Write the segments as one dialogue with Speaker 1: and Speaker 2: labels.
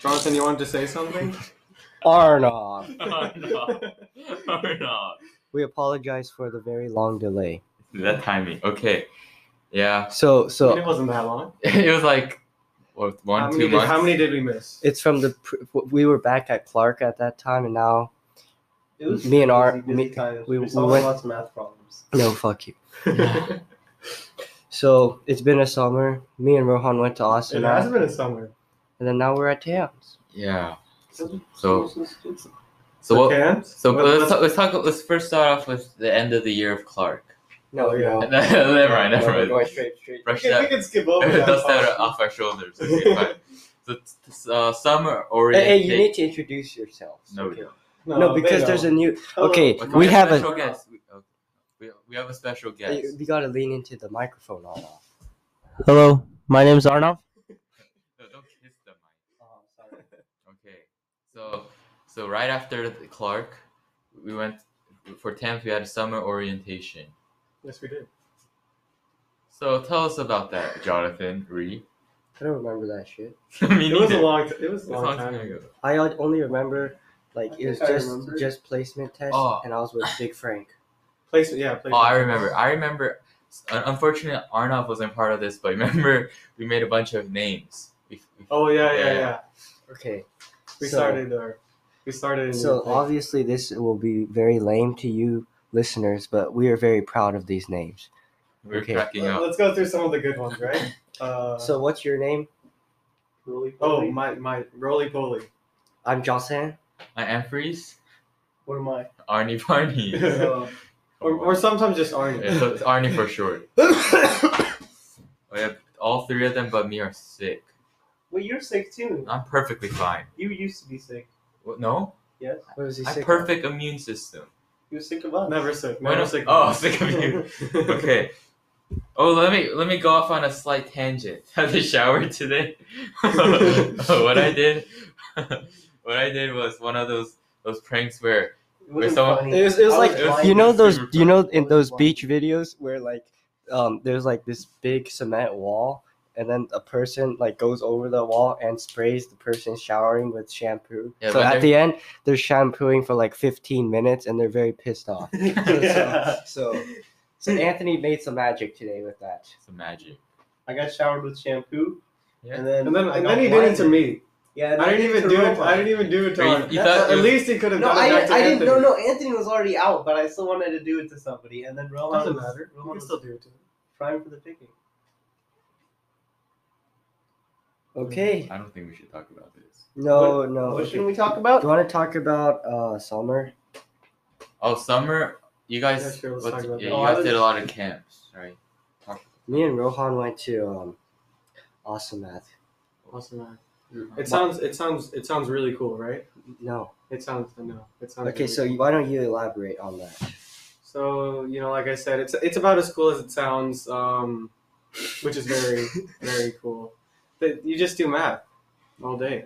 Speaker 1: Justin, you wanted to say something?
Speaker 2: Arnoff.
Speaker 3: Arnoff. Arnoff.
Speaker 2: We apologize for the very long delay.
Speaker 3: That timing. Okay. Yeah.
Speaker 2: So
Speaker 1: I mean, it
Speaker 2: so
Speaker 1: wasn't that long.
Speaker 3: It was like what, one,
Speaker 1: how,
Speaker 3: two
Speaker 1: many did,
Speaker 3: months.
Speaker 1: how many did we miss?
Speaker 2: it's from the pr- we were back at Clark at that time, and now
Speaker 4: It was
Speaker 2: Me and our-
Speaker 4: busy, busy
Speaker 2: me-
Speaker 4: times.
Speaker 2: we-
Speaker 4: we,
Speaker 2: we
Speaker 4: solved
Speaker 2: went-
Speaker 4: lots of math problems.
Speaker 2: no fuck you.
Speaker 1: it
Speaker 2: So it's been a summer. Me and Rohan went to Austin,
Speaker 1: has been a summer.
Speaker 2: and then now we're at Tams.
Speaker 3: Yeah.
Speaker 4: So,
Speaker 3: So so what?
Speaker 1: Camps?
Speaker 3: So
Speaker 1: What-
Speaker 3: let's
Speaker 1: what's-
Speaker 3: talk, let's talk. Let's first start off with the end of the year of Clark.
Speaker 2: No, no.
Speaker 3: never mind. Never
Speaker 2: We're
Speaker 3: mind.
Speaker 2: going straight, straight.
Speaker 1: we
Speaker 3: Brush
Speaker 1: can, we
Speaker 3: that.
Speaker 1: can skip over that.
Speaker 3: Dust that
Speaker 1: part.
Speaker 3: off our shoulders. Okay, fine. So t- t- uh, summer orientation.
Speaker 2: Hey, hey, you need to introduce yourselves.
Speaker 3: No, we
Speaker 2: okay.
Speaker 3: don't.
Speaker 2: no, because there's a new.
Speaker 1: Hello.
Speaker 2: Okay,
Speaker 3: But can
Speaker 2: we have
Speaker 3: have a
Speaker 2: a. uh,
Speaker 3: special guest. We, okay. we, we have a special guest.
Speaker 2: We gotta lean into the microphone all off.
Speaker 4: hello, my name's Arnav.
Speaker 3: No, don't kiss the mic.
Speaker 2: Oh,
Speaker 3: Okay, so so right after the Clark, we went for tenth. We had a summer orientation.
Speaker 1: Yes, we did.
Speaker 3: So tell us about that, Jonathan Ree.
Speaker 2: I don't remember that shit.
Speaker 3: Me
Speaker 1: It was a
Speaker 3: neither.
Speaker 1: long. T- it was
Speaker 3: It's
Speaker 1: a long, time ago.
Speaker 2: I o- only remember like
Speaker 4: I
Speaker 2: it was
Speaker 4: think I
Speaker 2: just
Speaker 4: remember.
Speaker 2: just placement test,
Speaker 3: Oh.
Speaker 2: and I was with Big Frank.
Speaker 1: Placement, yeah.
Speaker 3: Oh,
Speaker 1: Placement.
Speaker 3: I remember. I remember. un- Unfortunately, Arnav wasn't part of this, but remember we made a bunch of names. We, we-
Speaker 1: Oh yeah, yeah,
Speaker 3: Yeah.
Speaker 1: yeah.
Speaker 2: Okay,
Speaker 1: We
Speaker 2: So-
Speaker 1: started our. We started. a new
Speaker 2: so
Speaker 1: thing.
Speaker 2: obviously this will be very lame to you listeners, but we are very proud of these names.
Speaker 3: we were
Speaker 2: Okay.
Speaker 3: cracking
Speaker 1: Let-
Speaker 3: up.
Speaker 1: let's go through some of the good ones, right? Uh,
Speaker 2: So what's your name?
Speaker 1: oh my my roly poly.
Speaker 2: I'm Jocelyn.
Speaker 3: My Amphries,
Speaker 4: What am I?
Speaker 3: Arnie Barney.
Speaker 4: So,
Speaker 1: Or, or sometimes just Arnie.
Speaker 3: Yeah, so it's Arnie for short. Oh, yeah, all three of them but me are sick.
Speaker 4: well, you're sick too.
Speaker 3: I'm perfectly fine.
Speaker 4: You used to be sick.
Speaker 3: What, no,
Speaker 4: Yes,
Speaker 2: What was he
Speaker 3: I
Speaker 2: sick?
Speaker 3: have
Speaker 2: of?
Speaker 3: perfect immune system.
Speaker 4: you were sick of us.
Speaker 1: Never sick.
Speaker 3: Why
Speaker 1: Never
Speaker 3: not-
Speaker 1: sick.
Speaker 3: oh, sick of you. Okay. Oh, let me let me go off on a slight tangent. I had a shower today. Oh, what I did, what I did was one of those those pranks where
Speaker 4: It wasn't
Speaker 3: someone-
Speaker 4: funny.
Speaker 2: It was, it was
Speaker 4: I
Speaker 2: like
Speaker 3: It was-
Speaker 2: you know
Speaker 3: it's
Speaker 2: those
Speaker 3: super
Speaker 2: you know
Speaker 4: fun.
Speaker 2: in
Speaker 4: It
Speaker 2: those
Speaker 4: was fun.
Speaker 2: beach videos where like um there's like this big cement wall and then a person like goes over the wall and sprays the person showering with shampoo.
Speaker 3: Yeah,
Speaker 2: so
Speaker 3: but
Speaker 2: at
Speaker 3: they're-
Speaker 2: the end they're shampooing for like 15 minutes and they're very pissed off.
Speaker 4: Yeah.
Speaker 2: So so Anthony made some magic today with that.
Speaker 3: it's a magic.
Speaker 4: I got showered with shampoo,
Speaker 3: Yeah.
Speaker 4: and then
Speaker 1: And then
Speaker 4: I
Speaker 1: and
Speaker 4: got
Speaker 1: then he did it to
Speaker 4: blinded.
Speaker 1: me.
Speaker 4: Yeah, and
Speaker 1: I
Speaker 4: then
Speaker 1: didn't
Speaker 4: he
Speaker 1: even
Speaker 4: to
Speaker 1: do it.
Speaker 4: Rohan.
Speaker 1: I didn't even do it to
Speaker 3: Or you-
Speaker 1: Arnie.
Speaker 3: you
Speaker 1: At-
Speaker 3: thought
Speaker 1: at
Speaker 3: it was-
Speaker 1: least he could have
Speaker 4: No,
Speaker 1: done it
Speaker 4: I,
Speaker 1: back to
Speaker 4: I didn't. No,
Speaker 1: Anthony.
Speaker 4: no, Anthony was already out, but I still wanted to do it to somebody, and then Rohan
Speaker 1: Doesn't
Speaker 4: was-
Speaker 1: matter. You
Speaker 4: Rohan
Speaker 1: can
Speaker 4: was
Speaker 1: still do it. To him.
Speaker 4: prime for the picking.
Speaker 2: Okay.
Speaker 3: I don't think we should talk about this.
Speaker 2: No, no.
Speaker 4: Mm-hmm. what
Speaker 2: okay.
Speaker 4: should we talk
Speaker 2: Do you
Speaker 4: about?
Speaker 2: want to talk about uh summer?
Speaker 3: Oh, summer, you guys,
Speaker 1: Yeah, sure, let's
Speaker 3: what's-
Speaker 1: talk about
Speaker 3: yeah,
Speaker 1: that.
Speaker 3: you
Speaker 4: Oh, I
Speaker 3: guys did a
Speaker 4: was-
Speaker 3: lot of camps, right?
Speaker 2: Me and Rohan went to um awesome math.
Speaker 1: Awesome. man. It sounds. It sounds. It sounds really cool, right?
Speaker 2: No.
Speaker 1: It sounds. I know. It sounds.
Speaker 2: Okay,
Speaker 1: really
Speaker 2: so
Speaker 1: cool.
Speaker 2: you- why don't you elaborate on that?
Speaker 1: So you know, like I said, it's it's about as cool as it sounds, um, which is very very cool. But you just do math all day.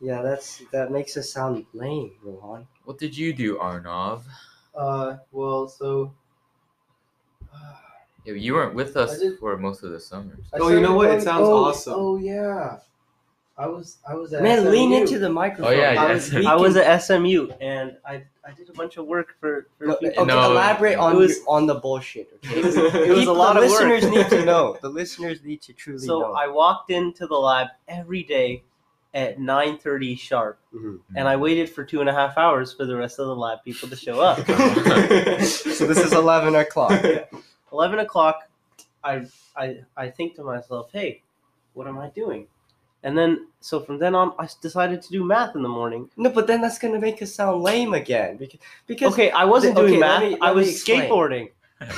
Speaker 2: Yeah, that's that makes us sound lame, Rohan.
Speaker 3: What did you do, Arnav?
Speaker 4: Uh, well, so. uh,
Speaker 3: Yeah, you weren't with us
Speaker 4: I did-
Speaker 3: for most of the summer.
Speaker 4: I
Speaker 1: Oh, you know
Speaker 4: started
Speaker 1: what? It
Speaker 4: going-
Speaker 1: sounds
Speaker 4: oh,
Speaker 1: awesome.
Speaker 4: Oh yeah, I was I was at
Speaker 2: Man, lean
Speaker 4: SMU.
Speaker 2: into the microphone.
Speaker 3: Oh, yeah,
Speaker 4: I
Speaker 3: yeah.
Speaker 4: was,
Speaker 3: yes.
Speaker 4: I was at SMU and I I did a bunch of work for for
Speaker 2: No,
Speaker 4: people.
Speaker 2: okay,
Speaker 3: No.
Speaker 2: elaborate on
Speaker 4: It was-
Speaker 2: your- on the bullshit. Okay?
Speaker 4: It was- it was
Speaker 2: People-
Speaker 4: a lot
Speaker 2: the
Speaker 4: of work.
Speaker 2: listeners need to know. The listeners need to truly
Speaker 4: So
Speaker 2: know.
Speaker 4: I walked into the lab every day at 9:30 sharp,
Speaker 2: Mhm.
Speaker 4: and I waited for two and a half hours for the rest of the lab people to show up.
Speaker 2: So this is eleven o'clock.
Speaker 4: 11 o'clock I, I i think to myself hey what am i doing and then so from then on i s- decided to do math in the morning
Speaker 2: No, but then that's gonna make us sound lame again because because
Speaker 4: okay i wasn't
Speaker 2: okay,
Speaker 4: doing
Speaker 2: let
Speaker 4: math
Speaker 2: me-
Speaker 4: i
Speaker 2: let me
Speaker 4: was
Speaker 2: explain.
Speaker 4: skateboarding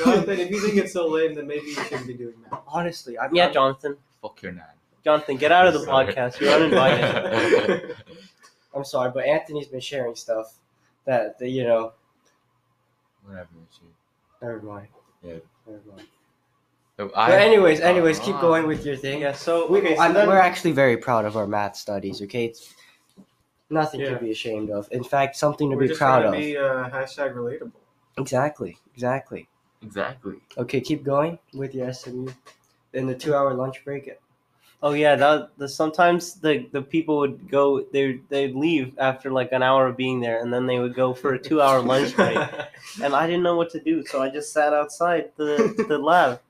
Speaker 1: Jonathan, if you think it's so lame, then maybe you shouldn't be doing math.
Speaker 2: honestly, I'm
Speaker 4: yeah
Speaker 2: I'm-
Speaker 4: jonathan
Speaker 3: Fuck your nan.
Speaker 4: jonathan get out of the
Speaker 3: Sorry.
Speaker 4: podcast you're uninvited
Speaker 2: I'm sorry, but Anthony's been sharing stuff that, that you know.
Speaker 3: what happened to you?
Speaker 2: Never mind.
Speaker 3: Yeah.
Speaker 2: Never mind.
Speaker 3: So
Speaker 2: but
Speaker 3: Oh, I,
Speaker 2: anyways, anyways, keep
Speaker 3: Ah.
Speaker 2: going with your thing.
Speaker 4: yeah so
Speaker 2: We,
Speaker 4: okay so
Speaker 2: I'm-
Speaker 4: then-
Speaker 2: we're actually very proud of our math studies. Okay, it's nothing
Speaker 1: Yeah.
Speaker 2: to be ashamed of. In fact, something to
Speaker 1: We're
Speaker 2: be
Speaker 1: just
Speaker 2: proud
Speaker 1: trying
Speaker 2: of.
Speaker 1: to be uh, hashtag relatable.
Speaker 2: Exactly, exactly.
Speaker 3: exactly.
Speaker 2: Okay, keep going with your SMU. In the two-hour lunch break,
Speaker 4: Oh yeah, that the sometimes the the people would go they they'd leave after like an hour of being there, and then they would go for a two hour lunch break. And I didn't know what to do, so I just sat outside the the lab,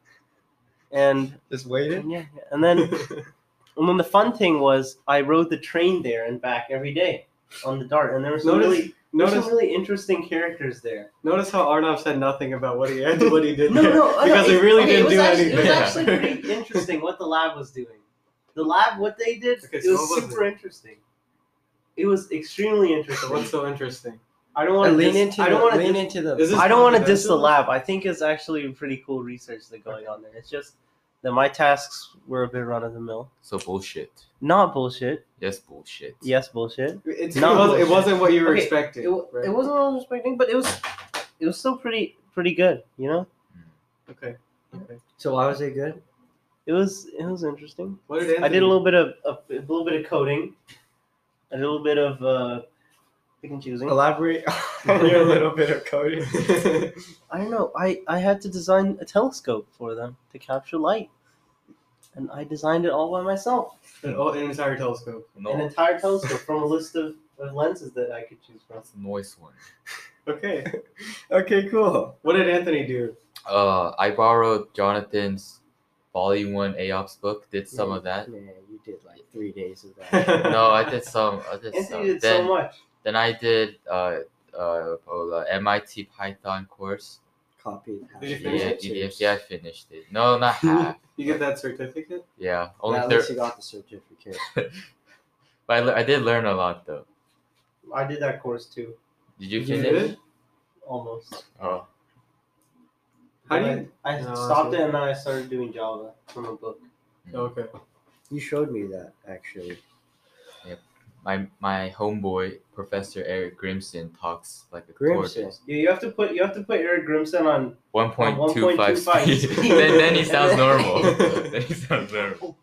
Speaker 4: and
Speaker 2: Just waited.
Speaker 4: and yeah, and then and then the fun thing was I rode the train there and back every day on the dart, and there were some
Speaker 1: Notice-
Speaker 4: really there were some
Speaker 1: notice,
Speaker 4: really interesting characters there.
Speaker 1: notice how Arnav said nothing about what he had, what he did.
Speaker 4: No,
Speaker 1: there,
Speaker 4: no, I know,
Speaker 1: because he
Speaker 4: it-
Speaker 1: really
Speaker 4: okay, it
Speaker 1: didn't
Speaker 4: was
Speaker 1: do
Speaker 4: actually, It was
Speaker 1: anything.
Speaker 3: Yeah.
Speaker 4: actually pretty interesting what the lab was doing. The lab, what they did,
Speaker 1: Okay,
Speaker 4: it
Speaker 1: so
Speaker 4: was
Speaker 1: what was
Speaker 4: super interesting. It was extremely interesting.
Speaker 1: What's so interesting?
Speaker 4: I don't want to
Speaker 2: lean
Speaker 4: lean
Speaker 2: into.
Speaker 4: I
Speaker 2: the,
Speaker 4: don't want to
Speaker 2: lean
Speaker 4: dis-
Speaker 2: into the.
Speaker 1: Is this
Speaker 4: I don't want to diss the
Speaker 1: confidential?
Speaker 4: lab. I think it's actually pretty cool research that's going on there. It's just that my tasks were a bit run of the mill.
Speaker 3: So bullshit.
Speaker 4: Not bullshit.
Speaker 3: Yes, bullshit.
Speaker 4: Yes, bullshit.
Speaker 1: It's,
Speaker 4: No.
Speaker 1: it, wasn't, it wasn't what you were
Speaker 4: Okay, It,
Speaker 1: expecting.
Speaker 4: w-
Speaker 1: right?
Speaker 4: it wasn't what I was expecting, but it was it was still pretty pretty good. You know,
Speaker 1: okay. Okay.
Speaker 2: so why was it good?
Speaker 4: it was it was interesting.
Speaker 1: What did Anthony
Speaker 4: I did a little bit of, of a little bit of coding, a little bit of uh, pick and choosing.
Speaker 2: Elaborate on your little bit of coding.
Speaker 4: I don't know. I I had to design a telescope for them to capture light, and I designed it all by myself.
Speaker 1: an, oh, an entire telescope.
Speaker 4: An
Speaker 3: No,
Speaker 4: entire telescope from a list of, of lenses that I could choose from.
Speaker 3: that's a noise one.
Speaker 1: Okay.
Speaker 2: Okay, cool.
Speaker 1: What did Anthony do?
Speaker 3: Uh, I borrowed Jonathan's Volume One AOPS book. Did some of that.
Speaker 2: Uh, Man, you did like three days of
Speaker 3: No, I did some. I did some.
Speaker 4: Anthony did
Speaker 3: then,
Speaker 4: so much.
Speaker 3: then I did uh uh oh, the MIT Python course.
Speaker 2: Copied.
Speaker 1: Did you
Speaker 3: Yeah,
Speaker 1: finish it?
Speaker 3: EDF. Yeah, I finished it. No, not half.
Speaker 1: You get that certificate?
Speaker 3: yeah,
Speaker 2: Well,
Speaker 3: only
Speaker 2: at
Speaker 3: third.
Speaker 2: least you got the certificate.
Speaker 3: But I, le- I did learn a lot though.
Speaker 4: I did that course too,
Speaker 3: Did you
Speaker 1: You
Speaker 3: finish?
Speaker 1: did it?
Speaker 4: almost.
Speaker 3: Oh,
Speaker 1: How do
Speaker 4: But
Speaker 1: you?
Speaker 4: I, I
Speaker 1: No, I
Speaker 4: stopped
Speaker 1: see.
Speaker 4: it and then I started doing Java from a book.
Speaker 1: Oh, Okay.
Speaker 2: You showed me that actually.
Speaker 3: my my homeboy Professor Eric Grimson talks like a
Speaker 2: Grimson.
Speaker 3: tortoise.
Speaker 4: Yeah, you have to put you have to put Eric Grimson on
Speaker 3: One point two five
Speaker 4: 1.25
Speaker 3: speed.
Speaker 4: speed.
Speaker 3: then then he sounds normal. then he sounds normal.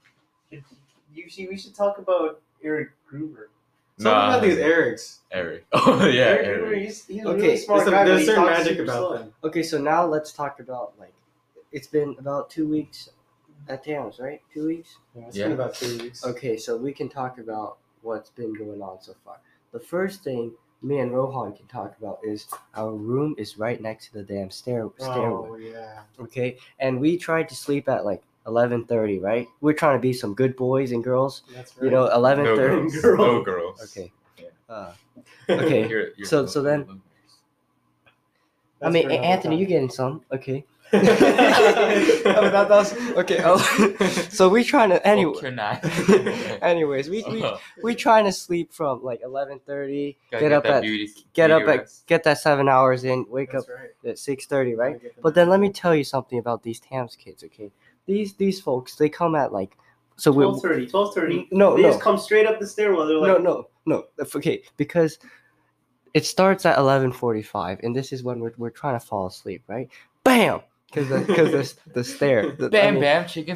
Speaker 4: You see, we should talk about Eric Gruber.
Speaker 1: Something
Speaker 3: Nah.
Speaker 1: about these Erics.
Speaker 3: Eric. Oh yeah,
Speaker 4: Eric,
Speaker 3: Eric.
Speaker 4: Gruber, he's, he's a
Speaker 2: Okay,
Speaker 4: really smart
Speaker 1: There's, a,
Speaker 4: guy. but
Speaker 1: there's
Speaker 4: he
Speaker 1: certain
Speaker 4: talks
Speaker 1: magic
Speaker 4: super
Speaker 1: about
Speaker 4: slow.
Speaker 1: them.
Speaker 2: Okay, so now let's talk about like, it's been about two weeks at Tams, right? Two weeks.
Speaker 1: It's
Speaker 3: Yeah.
Speaker 1: been about two weeks.
Speaker 2: Okay, so we can talk about what's been going on so far. The first thing me and Rohan can talk about is our room is right next to the damn stair stairway.
Speaker 1: Oh yeah.
Speaker 2: Okay, and we tried to sleep at like eleven thirty, right? We're trying to be some good boys and girls.
Speaker 1: That's right.
Speaker 2: You know, eleven
Speaker 3: No
Speaker 2: thirty.
Speaker 3: girls.
Speaker 1: Girl.
Speaker 3: No girls.
Speaker 2: Okay.
Speaker 3: Yeah.
Speaker 2: Uh, okay.
Speaker 3: You're- you're
Speaker 2: So- so then- I
Speaker 1: That's
Speaker 2: mean,
Speaker 1: for
Speaker 2: A-
Speaker 1: another
Speaker 2: Anthony,
Speaker 1: time.
Speaker 2: you're getting some. Okay.
Speaker 1: Oh,
Speaker 2: that- that's- okay, oh. So we trying to anyway.
Speaker 3: Fuck your knife.
Speaker 2: Anyways, we we
Speaker 3: Oh, Gotta
Speaker 2: we trying to sleep from like eleven thirty. Get up
Speaker 3: that
Speaker 2: at
Speaker 3: beauty,
Speaker 2: get
Speaker 3: beauty
Speaker 2: up at
Speaker 3: rest.
Speaker 2: get that seven hours in. Wake
Speaker 1: That's
Speaker 2: up
Speaker 1: right.
Speaker 2: at six thirty,
Speaker 1: Gotta
Speaker 2: right?
Speaker 1: get them
Speaker 2: But
Speaker 1: out.
Speaker 2: then let me tell you something about these Tams kids, okay? These these folks, they come at like so we
Speaker 4: 1230, 1230.
Speaker 2: no
Speaker 4: they
Speaker 2: no
Speaker 4: just come straight up the stairwell. They're
Speaker 2: no
Speaker 4: like,
Speaker 2: no no if- okay because it starts at eleven forty five and this is when we're we're trying to fall asleep, right? Bam, because because this the stair the,
Speaker 3: Bam bam chicken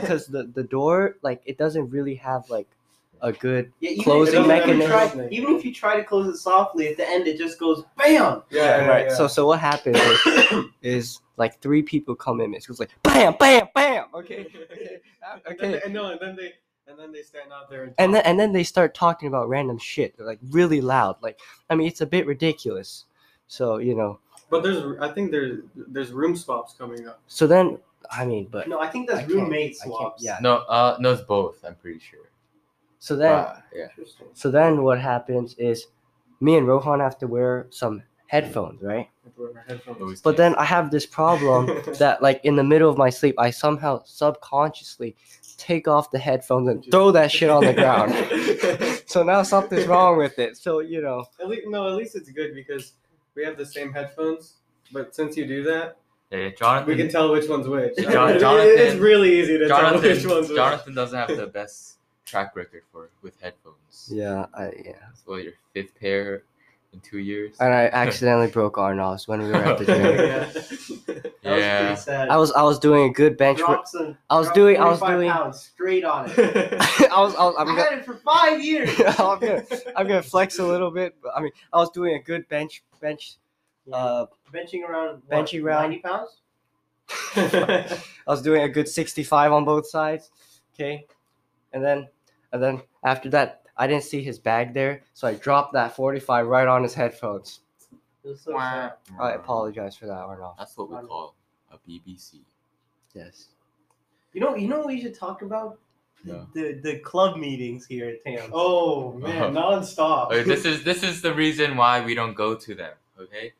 Speaker 2: because the the door like it doesn't really have like a good
Speaker 4: yeah, even
Speaker 2: Closing
Speaker 4: if, even if you
Speaker 1: mechanism.
Speaker 4: Try, even if you try to close it softly, at the end it just goes bam.
Speaker 1: Yeah. yeah,
Speaker 2: right.
Speaker 1: yeah.
Speaker 2: So so what happens is, is like three people come in. It's just like bam, bam, bam. Okay.
Speaker 1: And then
Speaker 2: Okay.
Speaker 1: they- and no, and then they and then they stand out there and.
Speaker 2: And then
Speaker 1: talk.
Speaker 2: and then they start talking about random shit. They're like really loud. Like I mean, it's a bit ridiculous. So you know.
Speaker 1: But there's, I think there's there's room swaps coming up.
Speaker 2: So then I mean, but
Speaker 4: No, I think
Speaker 2: I
Speaker 4: that's
Speaker 2: can't-
Speaker 4: roommate
Speaker 2: I can't-
Speaker 4: swaps.
Speaker 2: yeah.
Speaker 3: no, uh, no, it's both. I'm pretty sure.
Speaker 2: so then
Speaker 3: Wow, yeah.
Speaker 4: Interesting.
Speaker 2: so then what happens is, me and Rohan have to wear some headphones, right?
Speaker 1: Whoever had from-
Speaker 3: Always
Speaker 2: But
Speaker 3: did.
Speaker 2: then I have this problem that like in the middle of my sleep, I somehow subconsciously take off the headphones and throw that shit on the ground. so now something's wrong with it. So you know,
Speaker 1: At least, no, at least it's good because we have the same headphones. But since you do that,
Speaker 3: Yeah, yeah, Jonathan.
Speaker 1: we can tell which one's which.
Speaker 3: Jon-
Speaker 1: I mean, it-
Speaker 3: Jonathan-
Speaker 1: it's really easy to tell which one's
Speaker 3: Jonathan,
Speaker 1: which.
Speaker 3: Jonathan doesn't have the best track record for with headphones.
Speaker 2: yeah, I, yeah.
Speaker 3: So your fifth pair in two years.
Speaker 2: And I accidentally broke Arnos when we were at the gym.
Speaker 1: yeah.
Speaker 4: That was
Speaker 3: yeah.
Speaker 4: pretty sad.
Speaker 2: I was I was doing a good bench. Work.
Speaker 4: Dropped some-
Speaker 2: I was
Speaker 4: dropped
Speaker 2: doing I was
Speaker 4: 45
Speaker 2: doing. I
Speaker 4: pounds straight on it.
Speaker 2: was I was I'm
Speaker 4: i
Speaker 2: gonna,
Speaker 4: had it for five years.
Speaker 2: I'm gonna I'm gonna flex a little bit. But I mean, I was doing a good bench bench. Uh,
Speaker 4: benching around what,
Speaker 2: benching around-
Speaker 4: 90 pounds?
Speaker 2: I was doing a good 65 on both sides. Okay. and then and then after that, I didn't see his bag there, so I dropped that 45 right on his headphones.
Speaker 4: It was so sad.
Speaker 2: I apologize for that, Arnold.
Speaker 3: That's what we call a BBC.
Speaker 2: Yes.
Speaker 4: You know, you know what we should talk about?
Speaker 3: Yeah.
Speaker 4: The the club meetings here at Tam.
Speaker 1: Oh man, nonstop.
Speaker 3: Okay, Uh-huh. Oh, this is this is the reason why we don't go to them. Okay.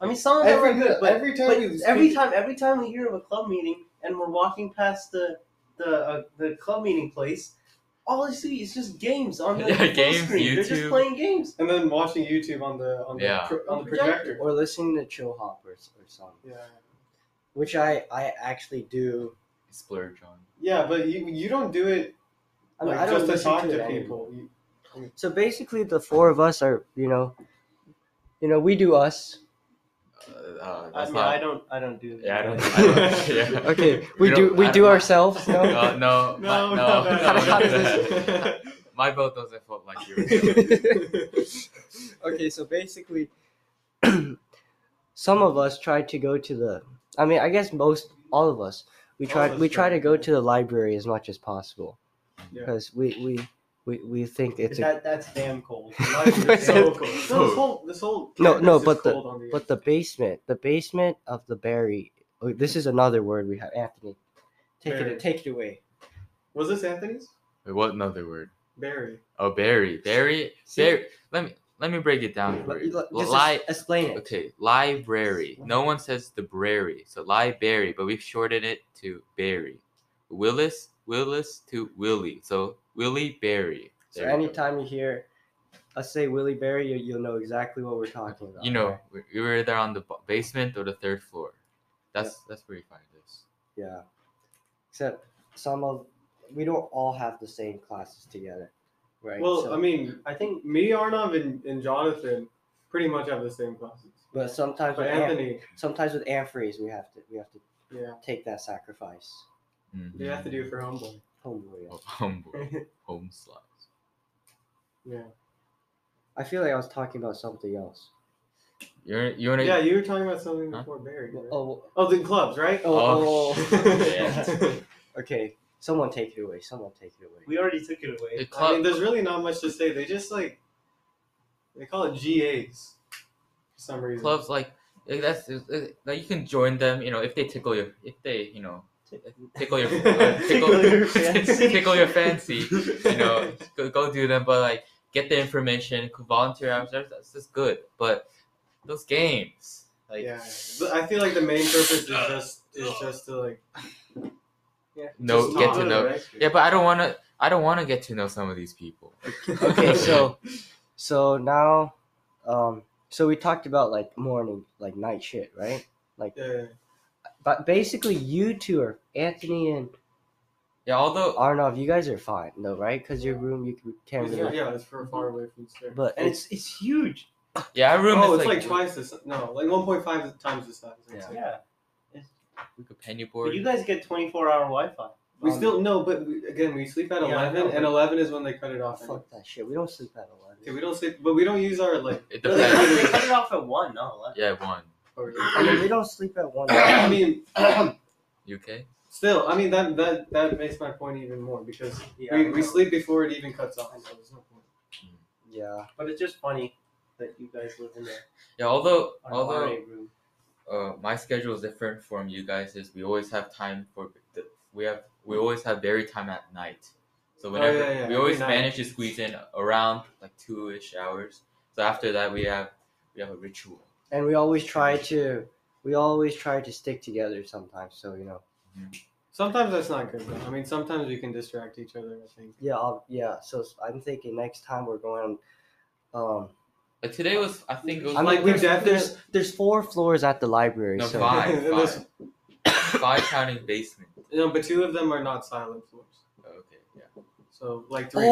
Speaker 4: I mean, some of them
Speaker 1: every,
Speaker 4: are Oh, good, but
Speaker 1: every time
Speaker 4: But
Speaker 1: you
Speaker 4: every
Speaker 1: speak-
Speaker 4: time, every time we hear of a club meeting and we're walking past the the uh, the club meeting place, all I see is just games on the
Speaker 3: Yeah,
Speaker 4: full
Speaker 3: games,
Speaker 4: screen. They're just
Speaker 3: YouTube.
Speaker 4: playing games.
Speaker 1: and then watching YouTube on the on the
Speaker 3: Yeah.
Speaker 1: pro- on the
Speaker 4: Projector.
Speaker 1: projector.
Speaker 2: Or listening to chill hoppers or something,
Speaker 1: Yeah,
Speaker 2: which I I actually do.
Speaker 3: Splurge on.
Speaker 1: yeah, but you you don't do it
Speaker 2: I, mean,
Speaker 1: like,
Speaker 2: I don't
Speaker 1: just to
Speaker 2: listen
Speaker 1: talk
Speaker 2: to
Speaker 1: to,
Speaker 2: it anymore.
Speaker 1: people. You-
Speaker 2: So basically, the four of us are you know, you know we do us.
Speaker 3: Uh, uh,
Speaker 4: I
Speaker 3: that's
Speaker 4: mean,
Speaker 3: not.
Speaker 4: I don't, I don't do.
Speaker 3: yeah, I don't.
Speaker 4: that.
Speaker 3: I don't yeah.
Speaker 2: Okay,
Speaker 3: We
Speaker 2: we do
Speaker 3: don't-
Speaker 2: we
Speaker 3: I
Speaker 2: do
Speaker 3: don't-
Speaker 2: ourselves. No.
Speaker 3: Uh, no, my- no, no,
Speaker 1: no,
Speaker 2: How- how does
Speaker 1: no.
Speaker 3: My boat doesn't float like yours.
Speaker 2: okay, so basically, some of us try to go to the. I mean, I guess most all of us we
Speaker 1: All
Speaker 2: try
Speaker 1: of us
Speaker 2: we try
Speaker 1: try.
Speaker 2: to go to the library as much as possible
Speaker 1: Yeah.
Speaker 2: because we we. We, we think it's a,
Speaker 4: that, that's damn cold.
Speaker 1: It's so cold. No,
Speaker 3: Cold.
Speaker 1: this whole this whole
Speaker 2: No,
Speaker 1: campus
Speaker 2: no,
Speaker 1: is
Speaker 2: but the-
Speaker 1: cold on the
Speaker 2: but the basement the basement of the Barry oh, this is another word we have Anthony take
Speaker 1: Barry.
Speaker 2: it take it away
Speaker 1: was this Anthony's
Speaker 3: Wait, what another word?
Speaker 1: Barry?
Speaker 3: Oh, berry, berry,
Speaker 2: See?
Speaker 3: berry. Let me let me break it down
Speaker 2: L-
Speaker 3: for you.
Speaker 2: l- just
Speaker 3: Li-
Speaker 2: ex- explain it
Speaker 3: Okay, library. No one says the brary, so library, but we've shortened it to berry. Willis, Willis to Willie, so Willie Berry.
Speaker 2: so
Speaker 3: There we go.
Speaker 2: anytime you hear us say Willie Barry you, you'll know exactly what we're talking about
Speaker 3: you know,
Speaker 2: right?
Speaker 3: we- we were either on the bo- basement or the third floor. That's that's where you find this.
Speaker 2: Yeah. Except some of we don't all have the same classes together, right?
Speaker 1: Well,
Speaker 2: So-
Speaker 1: I mean,
Speaker 4: I think
Speaker 1: me, Arnav, and, and Jonathan pretty much have the same classes.
Speaker 2: but sometimes
Speaker 1: But
Speaker 2: with Anthony,
Speaker 1: Anthony,
Speaker 2: sometimes with Amphreys, we have to we have to
Speaker 1: yeah,
Speaker 2: take that sacrifice.
Speaker 1: you have to do it for homeboy.
Speaker 2: Homeboy. yeah.
Speaker 3: Oh, humble, home slice.
Speaker 1: Yeah,
Speaker 2: I feel like I was talking about something else.
Speaker 3: You're you wanna
Speaker 1: yeah, you were talking about something
Speaker 3: Huh?
Speaker 1: before Barry.
Speaker 2: Well,
Speaker 1: Right? Oh.
Speaker 2: Oh,
Speaker 1: the clubs, right?
Speaker 2: oh, oh,
Speaker 3: Oh,
Speaker 1: I
Speaker 2: okay. Someone take it away. Someone take it away.
Speaker 4: we already took it away.
Speaker 3: the club.
Speaker 1: mean, there's really not much to say. They just like they call it GAs for some reason.
Speaker 3: clubs like like, that's uh, like you can join them you know if they tickle your if they you know eh, tickle your uh, tickle,
Speaker 1: Tickle
Speaker 4: your fancy.
Speaker 3: tickle your fancy you know go, go do them but like get the information volunteer hours that's, that's just good but those games like
Speaker 1: yeah, But I feel like the main purpose is just is just to like
Speaker 3: no
Speaker 1: just
Speaker 3: get
Speaker 1: talk.
Speaker 3: to know yeah but i don't want to i don't want to get to know some of these people
Speaker 2: Okay, so so now um so we talked about like morning, like night shit, right?
Speaker 1: yeah,
Speaker 2: But basically you two are Anthony and
Speaker 3: yeah although
Speaker 2: Arnav, you guys are fine though, right? Because your room you can-
Speaker 1: yeah,
Speaker 2: can't
Speaker 1: yeah,
Speaker 2: really.
Speaker 1: yeah, it's for far away from the stairs.
Speaker 2: But
Speaker 4: and
Speaker 2: it's
Speaker 4: it's it's huge.
Speaker 3: yeah our room
Speaker 1: oh,
Speaker 3: is
Speaker 1: it's like,
Speaker 3: like,
Speaker 1: twice this. No, like 1.5 times the size. I'd
Speaker 2: Yeah.
Speaker 1: say.
Speaker 4: Yeah,
Speaker 3: like a penny
Speaker 4: but
Speaker 3: board
Speaker 4: you guys get twenty four hour Wi Fi.
Speaker 1: We
Speaker 2: Um,
Speaker 1: still no, but we, again, we sleep at
Speaker 4: Yeah, I know,
Speaker 1: eleven,
Speaker 4: but-
Speaker 1: and eleven is when they cut it off.
Speaker 2: Oh, fuck that shit. We don't sleep at
Speaker 1: Okay,
Speaker 2: eleven.
Speaker 1: we don't sleep, but we don't use our like.
Speaker 3: it
Speaker 4: They cut they
Speaker 3: depends
Speaker 4: cut it off at one, not eleven.
Speaker 3: yeah one
Speaker 1: or-
Speaker 2: I mean, we don't sleep at one.
Speaker 1: I mean,
Speaker 3: you okay
Speaker 1: still, I mean that that that makes my point even more because
Speaker 4: Yeah, I
Speaker 1: we, we
Speaker 4: know.
Speaker 1: sleep before it even cuts off. So there's no point.
Speaker 2: yeah.
Speaker 4: But it's just funny that you guys live in a
Speaker 3: yeah although
Speaker 4: an
Speaker 3: although
Speaker 4: RA room.
Speaker 3: uh, my schedule is different from you guys. Is we always have time for the, we have we always have very time at night. So
Speaker 1: yeah,
Speaker 3: whenever
Speaker 1: yeah,
Speaker 3: we
Speaker 1: every
Speaker 3: always
Speaker 1: night.
Speaker 3: manage to squeeze in around like two ish hours. So after that we have we have a ritual.
Speaker 2: And we always try to, we always try to stick together sometimes. So you know.
Speaker 1: Sometimes that's not good. Though. I mean, sometimes we can distract each other. I think.
Speaker 2: Yeah. I'll, yeah. So s- I'm thinking next time we're going. Um,
Speaker 3: But today was I think it was
Speaker 2: I'm
Speaker 1: like
Speaker 2: like
Speaker 1: we
Speaker 2: there's,
Speaker 1: definitely-
Speaker 2: there's there's four floors at the library.
Speaker 3: no,
Speaker 2: so
Speaker 3: five
Speaker 1: This-
Speaker 3: five five counting basement.
Speaker 1: No, but two of them are not silent floors.
Speaker 3: Okay, yeah.
Speaker 1: So like three.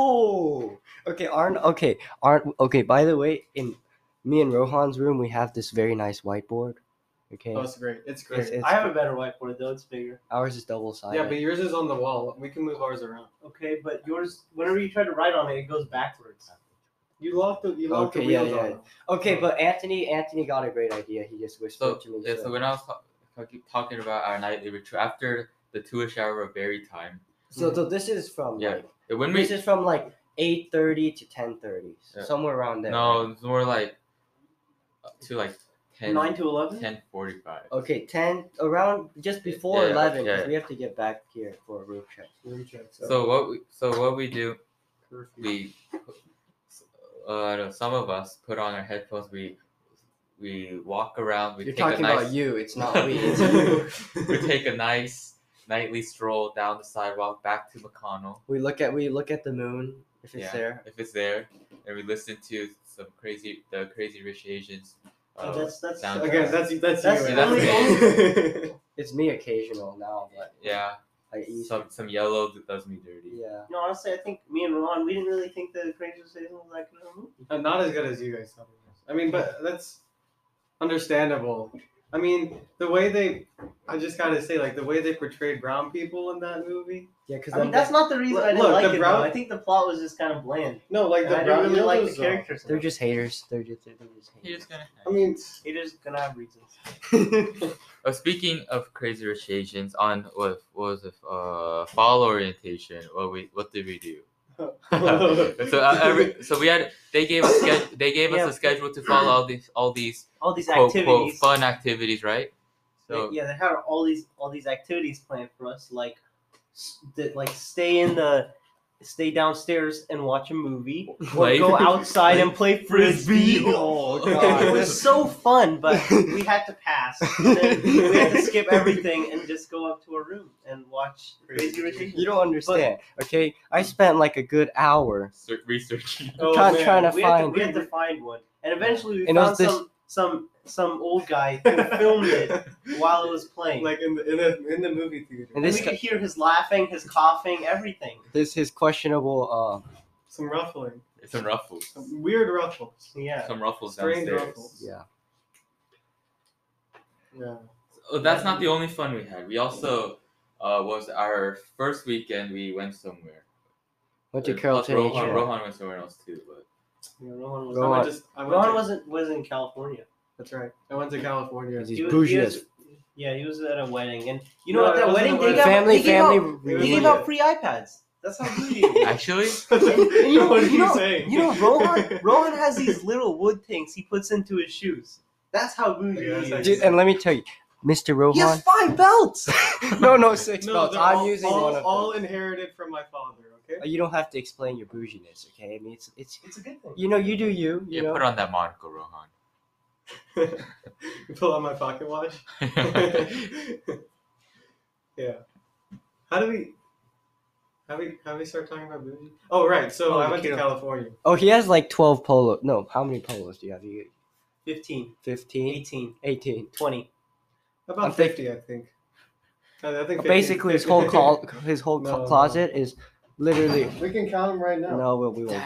Speaker 2: Oh, okay, Arn. Okay, Arn. Okay. By the way, in me and Rohan's room, we have this very nice whiteboard. Okay,
Speaker 1: Oh, it's great. It's great.
Speaker 2: It's- it's-
Speaker 4: I have a better whiteboard though. It's bigger.
Speaker 2: ours is double sided.
Speaker 1: yeah, but yours is on the wall. We can move ours around.
Speaker 4: Okay, but yours, whenever you try to write on it, it goes backwards.
Speaker 1: You locked the you locked the
Speaker 2: Okay, yeah,
Speaker 1: wheels
Speaker 2: yeah.
Speaker 1: on.
Speaker 2: okay, but Anthony, Anthony got a great idea. He just whispered
Speaker 3: So
Speaker 2: to me.
Speaker 3: yeah,
Speaker 2: so-
Speaker 3: so when I was ta- I keep talking about our nightly ritual after the two ish hour of berry time,
Speaker 2: So, so this is from
Speaker 3: Yeah.
Speaker 2: like
Speaker 3: When
Speaker 2: this
Speaker 3: we
Speaker 2: is from like eight thirty to ten thirty,
Speaker 3: Yeah.
Speaker 2: somewhere around there.
Speaker 3: no, it's more like up to like 10,
Speaker 4: Nine to eleven.
Speaker 3: 10:45.
Speaker 2: Okay, ten around just before
Speaker 3: Yeah,
Speaker 2: eleven. 'cause
Speaker 3: yeah.
Speaker 2: We have to get back here for a room check.
Speaker 1: Room check,
Speaker 3: So what we so what we do
Speaker 1: curfew.
Speaker 3: we uh some of us put on our headphones we we walk around we
Speaker 2: You're
Speaker 3: take a
Speaker 2: talking
Speaker 3: nice
Speaker 2: about you. It's not we.
Speaker 3: we take a nice nightly stroll down the sidewalk back to McConnell
Speaker 2: we look at we look at the moon if it's
Speaker 3: Yeah.
Speaker 2: there.
Speaker 3: if it's there and we listen to some crazy the crazy rich Asians uh,
Speaker 4: Oh,
Speaker 2: Oh,
Speaker 4: that's that's
Speaker 3: sound
Speaker 1: Again, that's that's,
Speaker 4: That's
Speaker 1: you.
Speaker 3: only-
Speaker 1: Aaron.
Speaker 2: It's me occasional now, but
Speaker 3: yeah
Speaker 2: I used
Speaker 3: some some yellow that does me dirty
Speaker 2: yeah.
Speaker 4: No, honestly, I think me and Ron, we didn't really think the Crazy Season was that good of a movie.
Speaker 1: Uh, Not as good as you guys thought. it was. I mean, but that's understandable. I mean, the way they, I just gotta say, like the way they portrayed brown people in that movie.
Speaker 2: Yeah, because
Speaker 4: I mean, that's not the reason I didn't
Speaker 1: Look,
Speaker 4: like
Speaker 1: the
Speaker 4: it.
Speaker 1: brown-
Speaker 4: though. I think the plot was just kind of bland.
Speaker 1: No, like
Speaker 4: And
Speaker 1: the
Speaker 4: I
Speaker 1: brown
Speaker 4: didn't really
Speaker 1: you know
Speaker 4: like the
Speaker 1: those, uh,
Speaker 4: characters.
Speaker 2: they're just haters. They're just they're just
Speaker 3: you're
Speaker 2: haters.
Speaker 3: just gonna
Speaker 1: I mean,
Speaker 4: haters gonna have reasons.
Speaker 3: Oh, speaking of crazy rich Asians, on what, what was it? Uh, fall orientation. What we what did we do? so uh, every so we had they gave us sched- they gave
Speaker 4: Yeah.
Speaker 3: us a schedule to follow all these all these
Speaker 4: All these
Speaker 3: quote quote
Speaker 4: activities.
Speaker 3: fun activities, right? So
Speaker 4: They- yeah, they had all these all these activities planned for us, like s- that- like stay in the stay downstairs and watch a movie,
Speaker 3: Play-
Speaker 4: or go outside and play frisbee.
Speaker 2: Oh
Speaker 1: God.
Speaker 4: it was so fun, but we had to pass. And then we had to skip everything and just go up to our room and watch Crazy Rich Asians.
Speaker 2: You don't understand, okay? I spent like a good hour
Speaker 3: ser- researching.
Speaker 1: Oh,
Speaker 2: try-
Speaker 1: man.
Speaker 2: trying to
Speaker 4: we
Speaker 2: find.
Speaker 4: Had to, we had to find one, and eventually we
Speaker 2: And it
Speaker 4: found
Speaker 2: was this-
Speaker 4: some some some old guy who filmed it while it was playing.
Speaker 1: like in the in the in the movie theater.
Speaker 2: And
Speaker 4: and
Speaker 2: this
Speaker 4: we
Speaker 2: guy-
Speaker 4: could hear his laughing, his coughing, everything.
Speaker 2: this his questionable. Uh,
Speaker 1: some ruffling,
Speaker 3: Some ruffles.
Speaker 1: some weird ruffles,
Speaker 4: Yeah.
Speaker 3: Some ruffles
Speaker 1: strange
Speaker 3: downstairs.
Speaker 1: ruffles.
Speaker 2: yeah.
Speaker 1: Yeah.
Speaker 3: Oh, that's not the only fun we had. We also uh, was our first weekend. We went somewhere.
Speaker 2: Went to
Speaker 3: Plus
Speaker 2: Carrollton
Speaker 3: Rohan,
Speaker 2: H&M.
Speaker 3: Rohan went somewhere else too, but
Speaker 1: yeah Rohan was. I
Speaker 2: Rohan-
Speaker 1: went just. I went
Speaker 4: Ron
Speaker 1: to-
Speaker 4: wasn't was in California.
Speaker 1: That's right. I went to California.
Speaker 2: He's
Speaker 4: He was-
Speaker 2: bougie
Speaker 4: he
Speaker 2: as
Speaker 4: was- Yeah, he was at a wedding, and you know
Speaker 1: No,
Speaker 4: what?
Speaker 1: it
Speaker 4: That
Speaker 1: wasn't
Speaker 4: wedding
Speaker 1: a
Speaker 4: they
Speaker 1: wedding.
Speaker 4: got
Speaker 2: family
Speaker 4: they gave
Speaker 2: family.
Speaker 4: out,
Speaker 1: It
Speaker 4: they
Speaker 1: was
Speaker 4: gave
Speaker 2: reunion.
Speaker 1: like-
Speaker 4: out free iPads. That's how good it is.
Speaker 3: actually,
Speaker 4: you know-
Speaker 1: what are
Speaker 4: you
Speaker 1: you
Speaker 4: know-
Speaker 1: saying?
Speaker 4: You know, Rohan Rohan has these little wood things he puts into his shoes. That's how bougie
Speaker 1: Yeah,
Speaker 4: he
Speaker 1: that's
Speaker 4: is.
Speaker 2: Dude, and let me tell you, Mr.
Speaker 4: He
Speaker 2: Rohan.
Speaker 4: has five belts.
Speaker 2: no, no, six
Speaker 1: No,
Speaker 2: belts.
Speaker 1: they're
Speaker 2: I'm
Speaker 1: all-
Speaker 2: using
Speaker 1: all,
Speaker 2: one of
Speaker 1: all
Speaker 2: them.
Speaker 1: inherited from my father. Okay.
Speaker 2: You don't have to explain your bouginess, okay? I mean, it's it's
Speaker 4: It's a good thing.
Speaker 2: you know you do you. You
Speaker 3: yeah,
Speaker 2: know.
Speaker 3: put on that monocle, Rohan.
Speaker 1: You pull out my pocket watch. yeah. How do we? How we? How we start talking about bougie? Oh right. So
Speaker 2: Oh,
Speaker 1: I went to
Speaker 2: Akira.
Speaker 1: California.
Speaker 2: Oh, he has like twelve polo. No, how many polos do you have? You
Speaker 4: 15,
Speaker 2: 15,
Speaker 4: 18,
Speaker 2: 18.
Speaker 4: 20.
Speaker 1: About
Speaker 2: I'm
Speaker 1: fifty, I think. I I think 50.
Speaker 2: Basically, his whole col- his whole
Speaker 1: No, no.
Speaker 2: closet is literally
Speaker 1: We can count them right now.
Speaker 2: no. Well, we won't.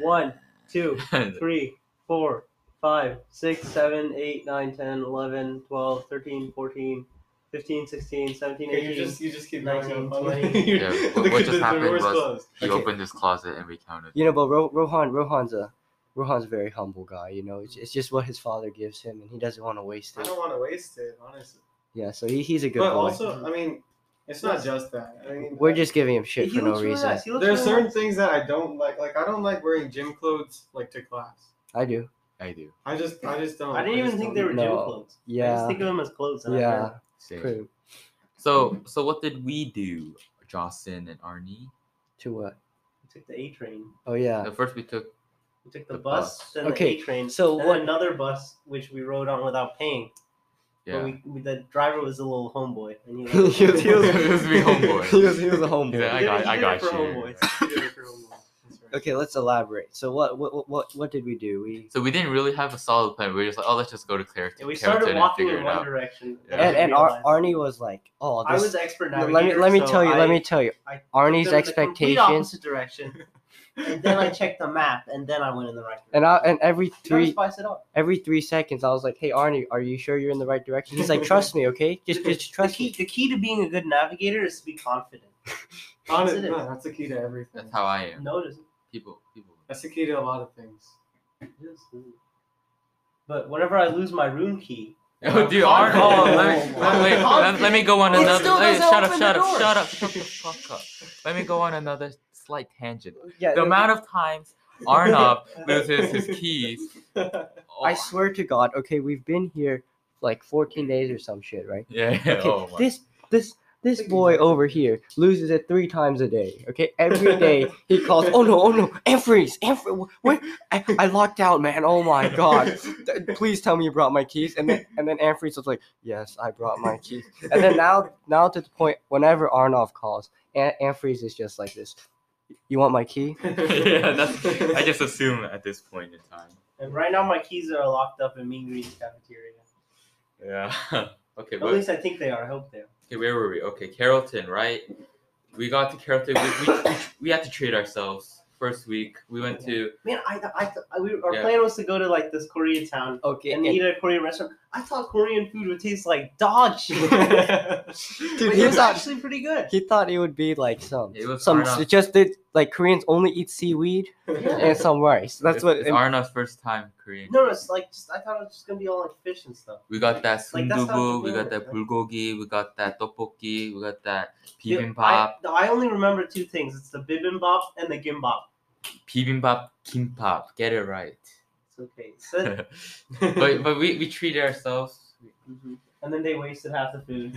Speaker 4: One, two,
Speaker 3: Damn.
Speaker 4: three, four, five, six, seven, eight, nine, 10, 11, 12, 13, 14, 15, 16, 17,
Speaker 1: Okay, you
Speaker 4: 18.
Speaker 1: just you just keep going.
Speaker 4: 19,
Speaker 1: on.
Speaker 4: 20.
Speaker 3: Yeah,
Speaker 1: Look
Speaker 3: what- what
Speaker 1: at
Speaker 3: just
Speaker 1: this, the
Speaker 3: happened
Speaker 1: door's
Speaker 3: was-
Speaker 1: closed.
Speaker 3: He
Speaker 2: Okay.
Speaker 3: opened his closet and we counted.
Speaker 2: You know, but Ro- Rohan Rohan's a Rohan's a very humble guy. You know, it's, it's just what his father gives him, and he doesn't want to waste
Speaker 1: I
Speaker 2: it.
Speaker 1: don't want to waste it, honestly.
Speaker 2: Yeah, so he, he's a good
Speaker 1: but
Speaker 2: boy.
Speaker 1: also, I mean, it's not just that. I mean,
Speaker 2: We're just giving him
Speaker 4: He
Speaker 2: shit for no
Speaker 4: looks really
Speaker 2: reason.
Speaker 4: nice. He looks
Speaker 1: There are
Speaker 4: really
Speaker 1: certain
Speaker 4: nice.
Speaker 1: things that I don't like. Like I don't like wearing gym clothes like to class.
Speaker 2: I do.
Speaker 3: I do.
Speaker 1: I just I just
Speaker 2: Oh,
Speaker 1: don't.
Speaker 4: I didn't
Speaker 1: just
Speaker 4: even think they were
Speaker 1: don't.
Speaker 4: gym
Speaker 2: No.
Speaker 4: clothes. I just
Speaker 2: Yeah.
Speaker 4: think of them as clothes. and I
Speaker 2: Yeah.
Speaker 4: wear
Speaker 3: Same.
Speaker 2: True.
Speaker 3: So so what did we do, Jocelyn and Arnie?
Speaker 2: To what?
Speaker 4: them. We took the A train.
Speaker 2: Oh yeah.
Speaker 3: At first we took
Speaker 4: We took the,
Speaker 3: The
Speaker 4: bus,
Speaker 3: bus.
Speaker 4: then
Speaker 2: Okay,
Speaker 4: the A train,
Speaker 2: so
Speaker 4: and
Speaker 2: what-
Speaker 4: another bus which we rode on without paying. But
Speaker 3: yeah.
Speaker 4: we, we, the driver was a little homeboy, and he
Speaker 2: He was- he was-
Speaker 3: This is me homeboy.
Speaker 2: he was he was a
Speaker 3: He's like,
Speaker 2: homeboy.
Speaker 3: I
Speaker 4: did it-
Speaker 3: got
Speaker 4: he
Speaker 3: I
Speaker 4: did it
Speaker 3: got
Speaker 4: for
Speaker 3: you.
Speaker 4: homeboys.
Speaker 1: Yeah, for a while. That's right.
Speaker 2: Okay, let's elaborate. So what what what- what what did we do? We
Speaker 3: So we didn't really have a solid plan. We were just like, oh, let's just go to Claire.
Speaker 4: and we started walking in one direction.
Speaker 3: Yeah.
Speaker 2: and, and Ar-
Speaker 4: realized-
Speaker 2: Arnie was like, oh,
Speaker 4: I
Speaker 2: this.
Speaker 4: was expert
Speaker 2: let
Speaker 4: navigator.
Speaker 2: me let me
Speaker 4: so
Speaker 2: tell you.
Speaker 4: I,
Speaker 2: let me tell you.
Speaker 4: I took
Speaker 2: Arnie's
Speaker 4: them in the complete
Speaker 2: expectations.
Speaker 4: opposite direction, and then I checked the map, and then I went in the right direction.
Speaker 2: And I and every
Speaker 4: Trying to
Speaker 2: three
Speaker 4: spice it up.
Speaker 2: every three seconds, I was like, hey Arnie, are you sure you're in the right direction? He's like, trust me, okay? Just just
Speaker 4: The
Speaker 2: trust
Speaker 4: key,
Speaker 2: me.
Speaker 4: the key to being a good navigator is to be confident.
Speaker 1: Honest-
Speaker 4: That's it.
Speaker 1: no, that's the key to everything.
Speaker 3: That's how I am.
Speaker 4: Notice.
Speaker 3: People people.
Speaker 1: That's the key to a lot of things.
Speaker 4: But whenever I lose my room key,
Speaker 3: Oh, dude, Arnold.
Speaker 4: Oh,
Speaker 3: let, me,
Speaker 1: my
Speaker 3: let, wait,
Speaker 1: God.
Speaker 3: let, let me go on
Speaker 2: It
Speaker 3: another.
Speaker 2: still
Speaker 3: Wait,
Speaker 2: doesn't
Speaker 3: shut up,
Speaker 2: open
Speaker 3: shut
Speaker 2: the
Speaker 3: up,
Speaker 2: door.
Speaker 3: shut up, shut the fuck up. Let me go on another slight tangent.
Speaker 2: Yeah,
Speaker 3: The amount of times Arnob loses his keys. Oh,
Speaker 2: I swear to God. Okay, we've been here like 14 days or some shit, right?
Speaker 3: yeah,
Speaker 2: Okay,
Speaker 3: oh my.
Speaker 2: this this this
Speaker 1: Think
Speaker 2: boy
Speaker 1: he's-
Speaker 2: over here loses it three times a day. Okay, every day he calls. Oh no! Oh no! Emfries! Emfries! Where? I, I locked out, man. Oh my God! Th- Please tell me you brought my keys. And then and then Emfries was like, "Yes, I brought my keys." And then now now to the point, whenever Arnov calls, An- Emfries is just like this. You want my key?
Speaker 3: yeah, that's, I just assume at this point in time.
Speaker 4: And right now, my keys are locked up in Mean Green's cafeteria.
Speaker 3: Yeah. okay,
Speaker 4: At
Speaker 3: but,
Speaker 4: least I think they are. I hope they are.
Speaker 3: okay, where were we? Okay, Carrollton, right? We got to Carrollton. We, we, we had to treat ourselves. First week, we went to.
Speaker 4: Man, I, th- I, th- I we, our
Speaker 3: Yeah.
Speaker 4: plan was to go to like this Korean town
Speaker 2: Okay.
Speaker 4: and
Speaker 2: and-
Speaker 4: eat at a Korean restaurant. I thought Korean food would taste like dog shit,
Speaker 2: Dude,
Speaker 4: but
Speaker 2: he
Speaker 4: it was
Speaker 2: thought-
Speaker 4: actually pretty good.
Speaker 2: He thought it would be like some
Speaker 3: It was
Speaker 2: some
Speaker 3: Arnov.
Speaker 2: it just did like Koreans only eat seaweed and some rice. That's
Speaker 3: it's,
Speaker 2: what
Speaker 3: It's
Speaker 2: and-
Speaker 3: Arna's first time Korean.
Speaker 4: No, no, it's like just I thought it was just gonna be all like fish and stuff.
Speaker 3: We got that
Speaker 4: Like, that's not
Speaker 3: sundubu, we got
Speaker 4: Korean,
Speaker 3: that
Speaker 4: right?
Speaker 3: bulgogi, we got that tteokbokki, we got that
Speaker 4: Dude,
Speaker 3: bibimbap,
Speaker 4: I, no, I only remember two things. It's the bibimbap and the gimbap.
Speaker 3: bibimbap, kimbap. Get it right.
Speaker 4: It's okay. So-
Speaker 3: But but we, we treated ourselves.
Speaker 4: Mhm. And then they wasted half the food.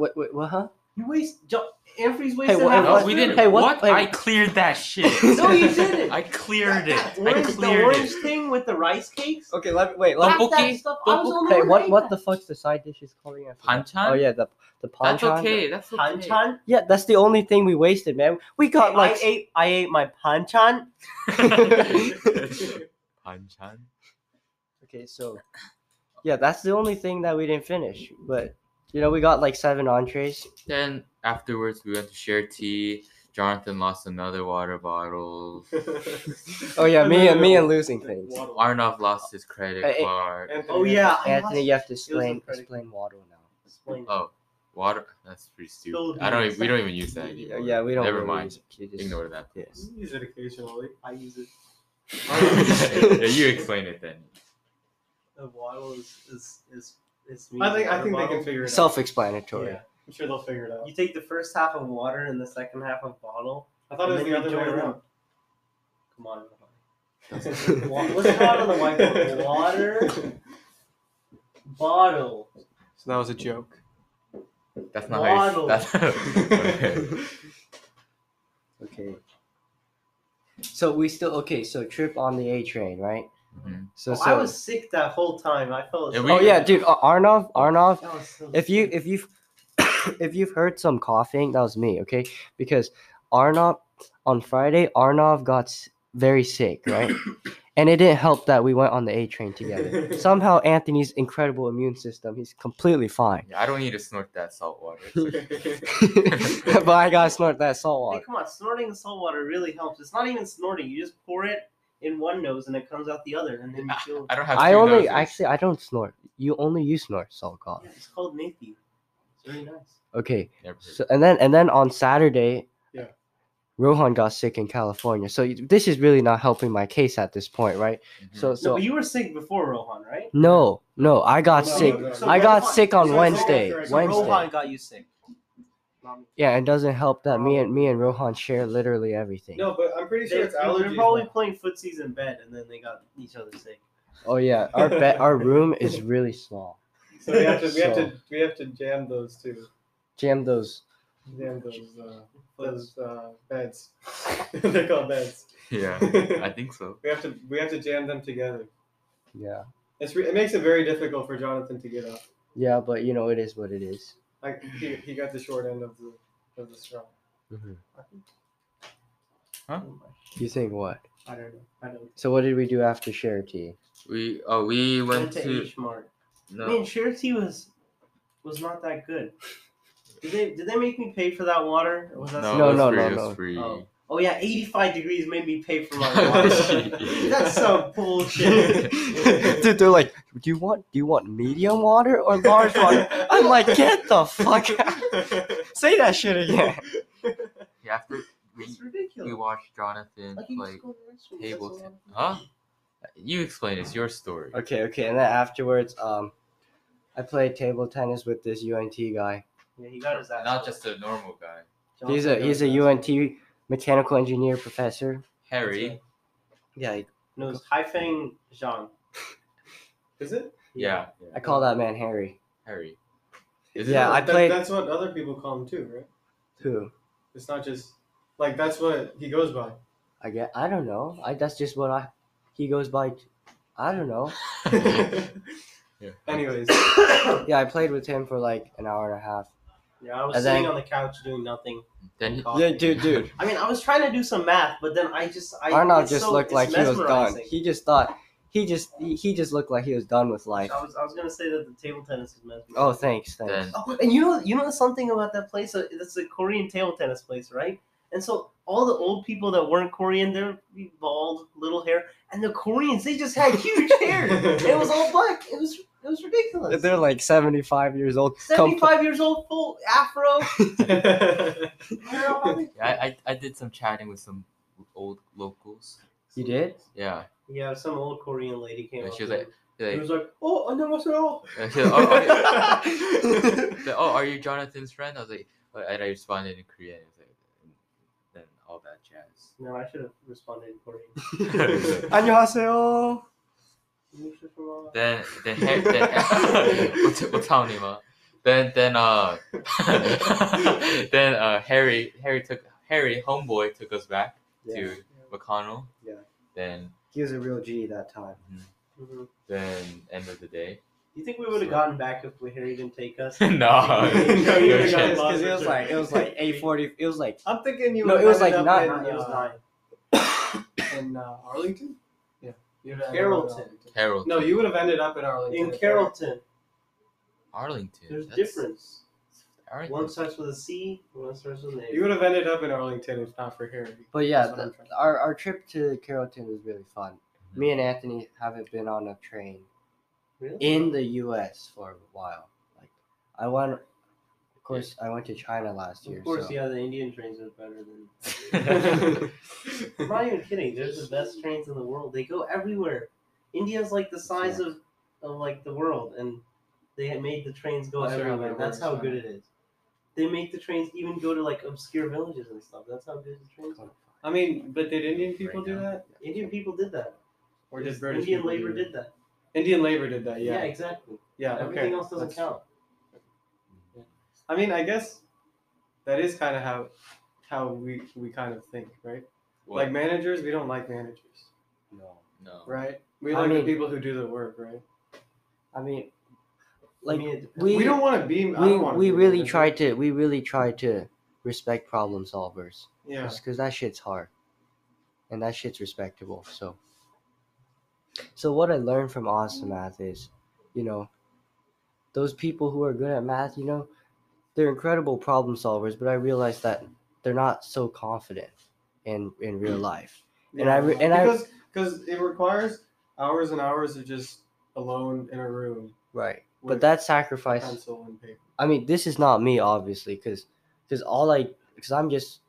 Speaker 2: what what what huh?
Speaker 4: You waste. Jo- Anfries wasted
Speaker 2: Hey, what-
Speaker 4: half
Speaker 3: No,
Speaker 4: the
Speaker 3: we
Speaker 4: food.
Speaker 3: didn't.
Speaker 2: Hey,
Speaker 3: what?
Speaker 2: what- hey.
Speaker 3: I cleared that shit.
Speaker 4: No, you didn't.
Speaker 3: I cleared it.
Speaker 4: That
Speaker 3: I
Speaker 4: orange, the
Speaker 3: cleared
Speaker 4: orange
Speaker 3: it.
Speaker 4: thing with the rice cakes.
Speaker 2: Okay, let me wait. Let
Speaker 4: Fuck
Speaker 2: me,
Speaker 4: that
Speaker 3: Tteokbokki.
Speaker 4: stuff. I was the only
Speaker 2: hey,
Speaker 4: one
Speaker 2: what
Speaker 4: that
Speaker 2: what
Speaker 4: ate
Speaker 2: the fuck's the side dish is called again? I forgot.
Speaker 3: Panchan?
Speaker 2: Oh yeah, the the
Speaker 3: That's
Speaker 2: panchan.
Speaker 3: okay. That's okay.
Speaker 4: that. Panchan.
Speaker 2: Yeah, that's the only thing we wasted, man. We got
Speaker 4: Hey,
Speaker 2: like
Speaker 4: I ate. I ate my panchan.
Speaker 3: Panchan.
Speaker 2: okay, so yeah, that's the only thing that we didn't finish. But you know, we got like seven entrees.
Speaker 3: Then afterwards, we went to share tea. Jonathan lost another water bottle.
Speaker 2: Oh yeah, me and me and losing things.
Speaker 3: Arnav lost his credit
Speaker 2: Hey, hey.
Speaker 3: card.
Speaker 4: Oh yeah. I
Speaker 2: Anthony,
Speaker 4: lost-
Speaker 2: you have to explain
Speaker 4: incredible.
Speaker 2: explain waddle now.
Speaker 4: explain.
Speaker 3: Oh, water. That's pretty
Speaker 4: Spilled
Speaker 3: stupid. I don't.
Speaker 4: beans.
Speaker 3: Even, we don't even use that
Speaker 2: Yeah,
Speaker 3: anymore.
Speaker 2: yeah, we don't.
Speaker 3: Never
Speaker 2: really
Speaker 3: mind.
Speaker 2: use it. You just-
Speaker 3: Ignore that.
Speaker 2: Yes.
Speaker 1: Use it occasionally.
Speaker 4: I use it.
Speaker 3: yeah, you explain it then.
Speaker 4: The bottle is is is, is me.
Speaker 1: I think I
Speaker 4: Water
Speaker 1: think they
Speaker 4: bottle.
Speaker 1: can figure it out.
Speaker 2: Self-explanatory.
Speaker 4: Yeah.
Speaker 1: I'm sure they'll figure it out.
Speaker 4: You take the first half of water and the second half of bottle.
Speaker 1: I thought it
Speaker 4: and
Speaker 1: was
Speaker 4: then
Speaker 1: the other
Speaker 4: you
Speaker 1: way
Speaker 4: join them.
Speaker 1: around.
Speaker 4: Come on. Wa- What's it called on the whiteboard? Water bottle.
Speaker 1: So that was a joke.
Speaker 3: That's not how you.
Speaker 4: Waddle.
Speaker 3: That's okay.
Speaker 2: Okay. So we still okay. So trip on the A train, right?
Speaker 3: Mhm.
Speaker 2: So
Speaker 4: Oh,
Speaker 2: so.
Speaker 4: I was sick that whole time. I fell
Speaker 3: Yeah,
Speaker 4: asleep.
Speaker 3: we-
Speaker 2: oh yeah, dude, Ar- Arnov, Arnov.
Speaker 4: That was so
Speaker 2: If you
Speaker 4: sick.
Speaker 2: if you if you've heard some coughing, that was me. Okay, because Arnov on Friday, Arnov got s- very sick, right? and it didn't help that we went on the A train together. Somehow Anthony's incredible immune system, he's completely fine.
Speaker 3: Yeah, I don't need to snort that salt water. It's okay.
Speaker 2: but I gotta snort that salt
Speaker 4: Hey,
Speaker 2: water.
Speaker 4: come on, snorting salt water really helps. It's not even snorting. You just pour it in one nose and it comes out the other, and then you feel.
Speaker 3: I don't have.
Speaker 2: I
Speaker 3: two
Speaker 2: only
Speaker 3: noses.
Speaker 2: actually I don't snort. You only you snort salt cough.
Speaker 4: Yeah, it's called Nathy. It's very nice.
Speaker 2: Okay.
Speaker 3: Never heard.
Speaker 2: So and then and then on Saturday,
Speaker 1: Yeah.
Speaker 2: Rohan got sick in California. So you- this is really not helping my case at this point, right?
Speaker 3: Mhm.
Speaker 2: So
Speaker 4: Mm-hmm. no,
Speaker 2: so
Speaker 4: but you were sick before Rohan, right?
Speaker 2: no, no, I got
Speaker 1: No,
Speaker 2: sick.
Speaker 1: no, no. So
Speaker 2: I got
Speaker 4: Rohan-
Speaker 2: sick on
Speaker 4: so
Speaker 1: Rohan-
Speaker 2: Wednesday.
Speaker 1: so
Speaker 4: So Rohan
Speaker 2: Wednesday.
Speaker 4: got you sick. Not me.
Speaker 2: Yeah, and doesn't help that me
Speaker 4: Oh.
Speaker 2: and me and Rohan share literally everything.
Speaker 1: No, but I'm pretty
Speaker 4: They,
Speaker 1: sure it's
Speaker 4: are
Speaker 1: allergies.
Speaker 4: probably playing footsies in bed, and then they got each other sick.
Speaker 2: Oh yeah, our bed, our room is really small.
Speaker 1: So we have to we have to we have to jam those two.
Speaker 2: Jam those.
Speaker 1: Jam those uh, those uh, beds. They're called beds.
Speaker 3: Yeah, I think so.
Speaker 1: we have to we have to jam them together.
Speaker 2: Yeah.
Speaker 1: It's re- it makes it very difficult for Jonathan to get up.
Speaker 2: Yeah, but you know it is what it is.
Speaker 1: Like he, he got the short end of the of the straw.
Speaker 2: Mm-hmm. You think what?
Speaker 4: I don't know. I don't.
Speaker 2: So what did we do after Charity?
Speaker 3: We oh we went to
Speaker 4: H-Mart. Man,
Speaker 3: no.
Speaker 4: Cherokee was was not that good. Did they did they make me pay for that water? Or was that
Speaker 3: No,
Speaker 2: No,
Speaker 3: it was
Speaker 2: no,
Speaker 3: free,
Speaker 2: no,
Speaker 3: it was
Speaker 2: no.
Speaker 3: free.
Speaker 4: Oh. Oh yeah, 85 degrees made me pay for my water. That's some bullshit.
Speaker 2: Dude, they're like, do you want do you want medium water or large water? I'm like, get the fuck out. Say that shit again.
Speaker 3: Yeah, after we
Speaker 4: It's
Speaker 3: we
Speaker 4: ridiculous.
Speaker 3: watched Jonathan
Speaker 4: Like, you
Speaker 3: play
Speaker 4: just go to the restroom, that's
Speaker 3: table
Speaker 4: all.
Speaker 3: ten- Huh? You explain. It's your story.
Speaker 2: Okay, okay, and then afterwards, um, I played table tennis with this UNT guy.
Speaker 4: Yeah, he got his ass.
Speaker 3: Not
Speaker 4: kicked.
Speaker 3: just a normal guy.
Speaker 4: Johnson
Speaker 2: He's
Speaker 4: got
Speaker 2: a he's
Speaker 4: his
Speaker 2: a
Speaker 4: ass
Speaker 2: UNT mechanical engineer professor.
Speaker 3: Harry.
Speaker 2: Yeah, I-
Speaker 4: kicked. No, it's Haifeng Zhang.
Speaker 1: Is it?
Speaker 3: Yeah. yeah.
Speaker 2: I call that man Harry.
Speaker 3: Harry. Is
Speaker 2: Yeah,
Speaker 1: No,
Speaker 2: I
Speaker 1: that-
Speaker 2: played-
Speaker 1: That's what other people call him too, right?
Speaker 2: Who?
Speaker 1: It's not just like that's what he goes by.
Speaker 2: I get. I don't know. I that's just what I. He goes by. I don't know.
Speaker 3: yeah.
Speaker 1: Anyways,
Speaker 2: Yeah, I played with him for like an hour and a half.
Speaker 4: Yeah, I was
Speaker 2: And
Speaker 4: sitting
Speaker 2: then-
Speaker 4: on the couch doing nothing.
Speaker 3: Then
Speaker 4: Coffee.
Speaker 2: Yeah, dude, dude.
Speaker 4: I mean, I was trying to do some math, but then I just I
Speaker 2: Arnold
Speaker 4: it's
Speaker 2: just
Speaker 4: so-
Speaker 2: looked
Speaker 4: it's
Speaker 2: like he was done.
Speaker 4: mesmerizing.
Speaker 2: He just thought. He just he, he just looked like he was done with life.
Speaker 4: I was I was gonna say that the table tennis is mesmerizing.
Speaker 2: Oh, thanks, thanks.
Speaker 3: then
Speaker 4: Oh, and you know, you know something about that place? Uh, It's a Korean table tennis place, right? And so all the old people that weren't Korean, they're bald, little hair, and the Koreans they just had huge hair. it was all black. It was it was ridiculous.
Speaker 2: They're like seventy five years old. Come-
Speaker 4: Seventy-five years old, full afro. I don't know how they-
Speaker 3: yeah, I, I I did some chatting with some old locals.
Speaker 2: You did?
Speaker 3: Yeah.
Speaker 4: Yeah, some old Korean lady came.
Speaker 3: Yeah,
Speaker 4: up
Speaker 3: she was
Speaker 4: to
Speaker 3: like-
Speaker 4: me.
Speaker 1: he
Speaker 3: They're Like,
Speaker 1: was like, "Oh, 안녕하세요."
Speaker 3: they're like, oh, are you, they're like, "Oh, are you Jonathan's friend? I was like, oh, and I responded in Korean. It was like, then all that jazz.
Speaker 4: "No, I should have responded in Korean."
Speaker 2: 안녕하세요.
Speaker 3: then then Harry, then what's what's his name? uh, Then then uh then uh Harry Harry took Harry homeboy took us back
Speaker 2: Yeah.
Speaker 3: to McConnell.
Speaker 2: Yeah.
Speaker 3: Then
Speaker 2: He was a real G that time.
Speaker 4: Mhm.
Speaker 3: then end of the day.
Speaker 4: You think we would have gotten back if Harry didn't take us?
Speaker 3: no.
Speaker 1: No, you
Speaker 3: no
Speaker 1: would've gotten
Speaker 3: chance.
Speaker 1: lost.
Speaker 2: Because it was like it was like eight forty. It was like
Speaker 1: I'm thinking you.
Speaker 2: No,
Speaker 1: would
Speaker 2: it was
Speaker 1: have
Speaker 2: like
Speaker 1: ended
Speaker 2: nine.
Speaker 1: up in,
Speaker 4: It was
Speaker 1: uh,
Speaker 4: nine.
Speaker 1: in uh, Arlington. Yeah, You'd have ended up in
Speaker 4: Carrollton.
Speaker 1: Arlington.
Speaker 3: Harold
Speaker 1: No, you would have ended up in Arlington.
Speaker 4: In Carrollton,
Speaker 3: Arlington.
Speaker 4: there's
Speaker 3: that's-
Speaker 4: difference.
Speaker 3: Arlington.
Speaker 4: One starts with a C, one starts with an A.
Speaker 1: You would have ended up in Arlington if not for Harry.
Speaker 2: But yeah,
Speaker 1: That's what
Speaker 2: th-
Speaker 1: I'm trying to-
Speaker 2: our, our trip to Carrollton was really fun. Me and Anthony haven't been on a train
Speaker 4: Really?
Speaker 2: in the U.S. for a while. Like, I went, of course, I went to China last year.
Speaker 4: Of course,
Speaker 2: so.
Speaker 4: yeah, the Indian trains are better than. I'm
Speaker 1: Right.
Speaker 4: not even kidding. They're the best trains in the world. They go everywhere. India's like the size of, of like the world, and they had made the trains go
Speaker 1: That's how
Speaker 4: everywhere.
Speaker 1: that
Speaker 4: That's
Speaker 1: works,
Speaker 4: how
Speaker 1: huh?
Speaker 4: good it is. They make the trains even go to like obscure villages and stuff. That's how good the trains are.
Speaker 1: I mean, but did Indian people
Speaker 2: Right
Speaker 1: do
Speaker 2: now.
Speaker 1: that,
Speaker 4: Indian people did that.
Speaker 1: or did
Speaker 4: Just
Speaker 1: British
Speaker 4: Indian
Speaker 1: people
Speaker 4: labor
Speaker 1: do
Speaker 4: did that.
Speaker 1: that? Indian labor did that.
Speaker 4: Yeah,
Speaker 1: Yeah.
Speaker 4: exactly.
Speaker 1: Yeah. okay.
Speaker 4: Everything else doesn't
Speaker 1: That's-
Speaker 4: count.
Speaker 1: I mean, I guess that is kind of how how we we kind of think, right?
Speaker 3: What?
Speaker 1: Like managers, we don't like managers,
Speaker 2: No.
Speaker 3: no.
Speaker 1: right? We
Speaker 2: I
Speaker 1: like
Speaker 2: mean-
Speaker 1: the people who do the work, right?
Speaker 2: I mean, like
Speaker 4: I mean, it depends.
Speaker 2: we
Speaker 1: We, don't want to be. I
Speaker 2: we,
Speaker 1: don't wanna
Speaker 2: we
Speaker 1: be a
Speaker 2: really
Speaker 1: manager.
Speaker 2: tried to we really tried to respect problem solvers
Speaker 1: Yeah.
Speaker 2: because that shit's hard, and that shit's respectable. So. So what I learned from awesome math is, you know, those people who are good at math, you know, they're incredible problem solvers, but I realized that they're not so confident in in real life. And I re- and I-
Speaker 1: because because it requires hours and hours of just alone in a room
Speaker 2: Right.
Speaker 1: With
Speaker 2: But that sacrifice
Speaker 1: pencil and paper.
Speaker 2: I mean, this is not me obviously cuz cuz all I cuz I'm just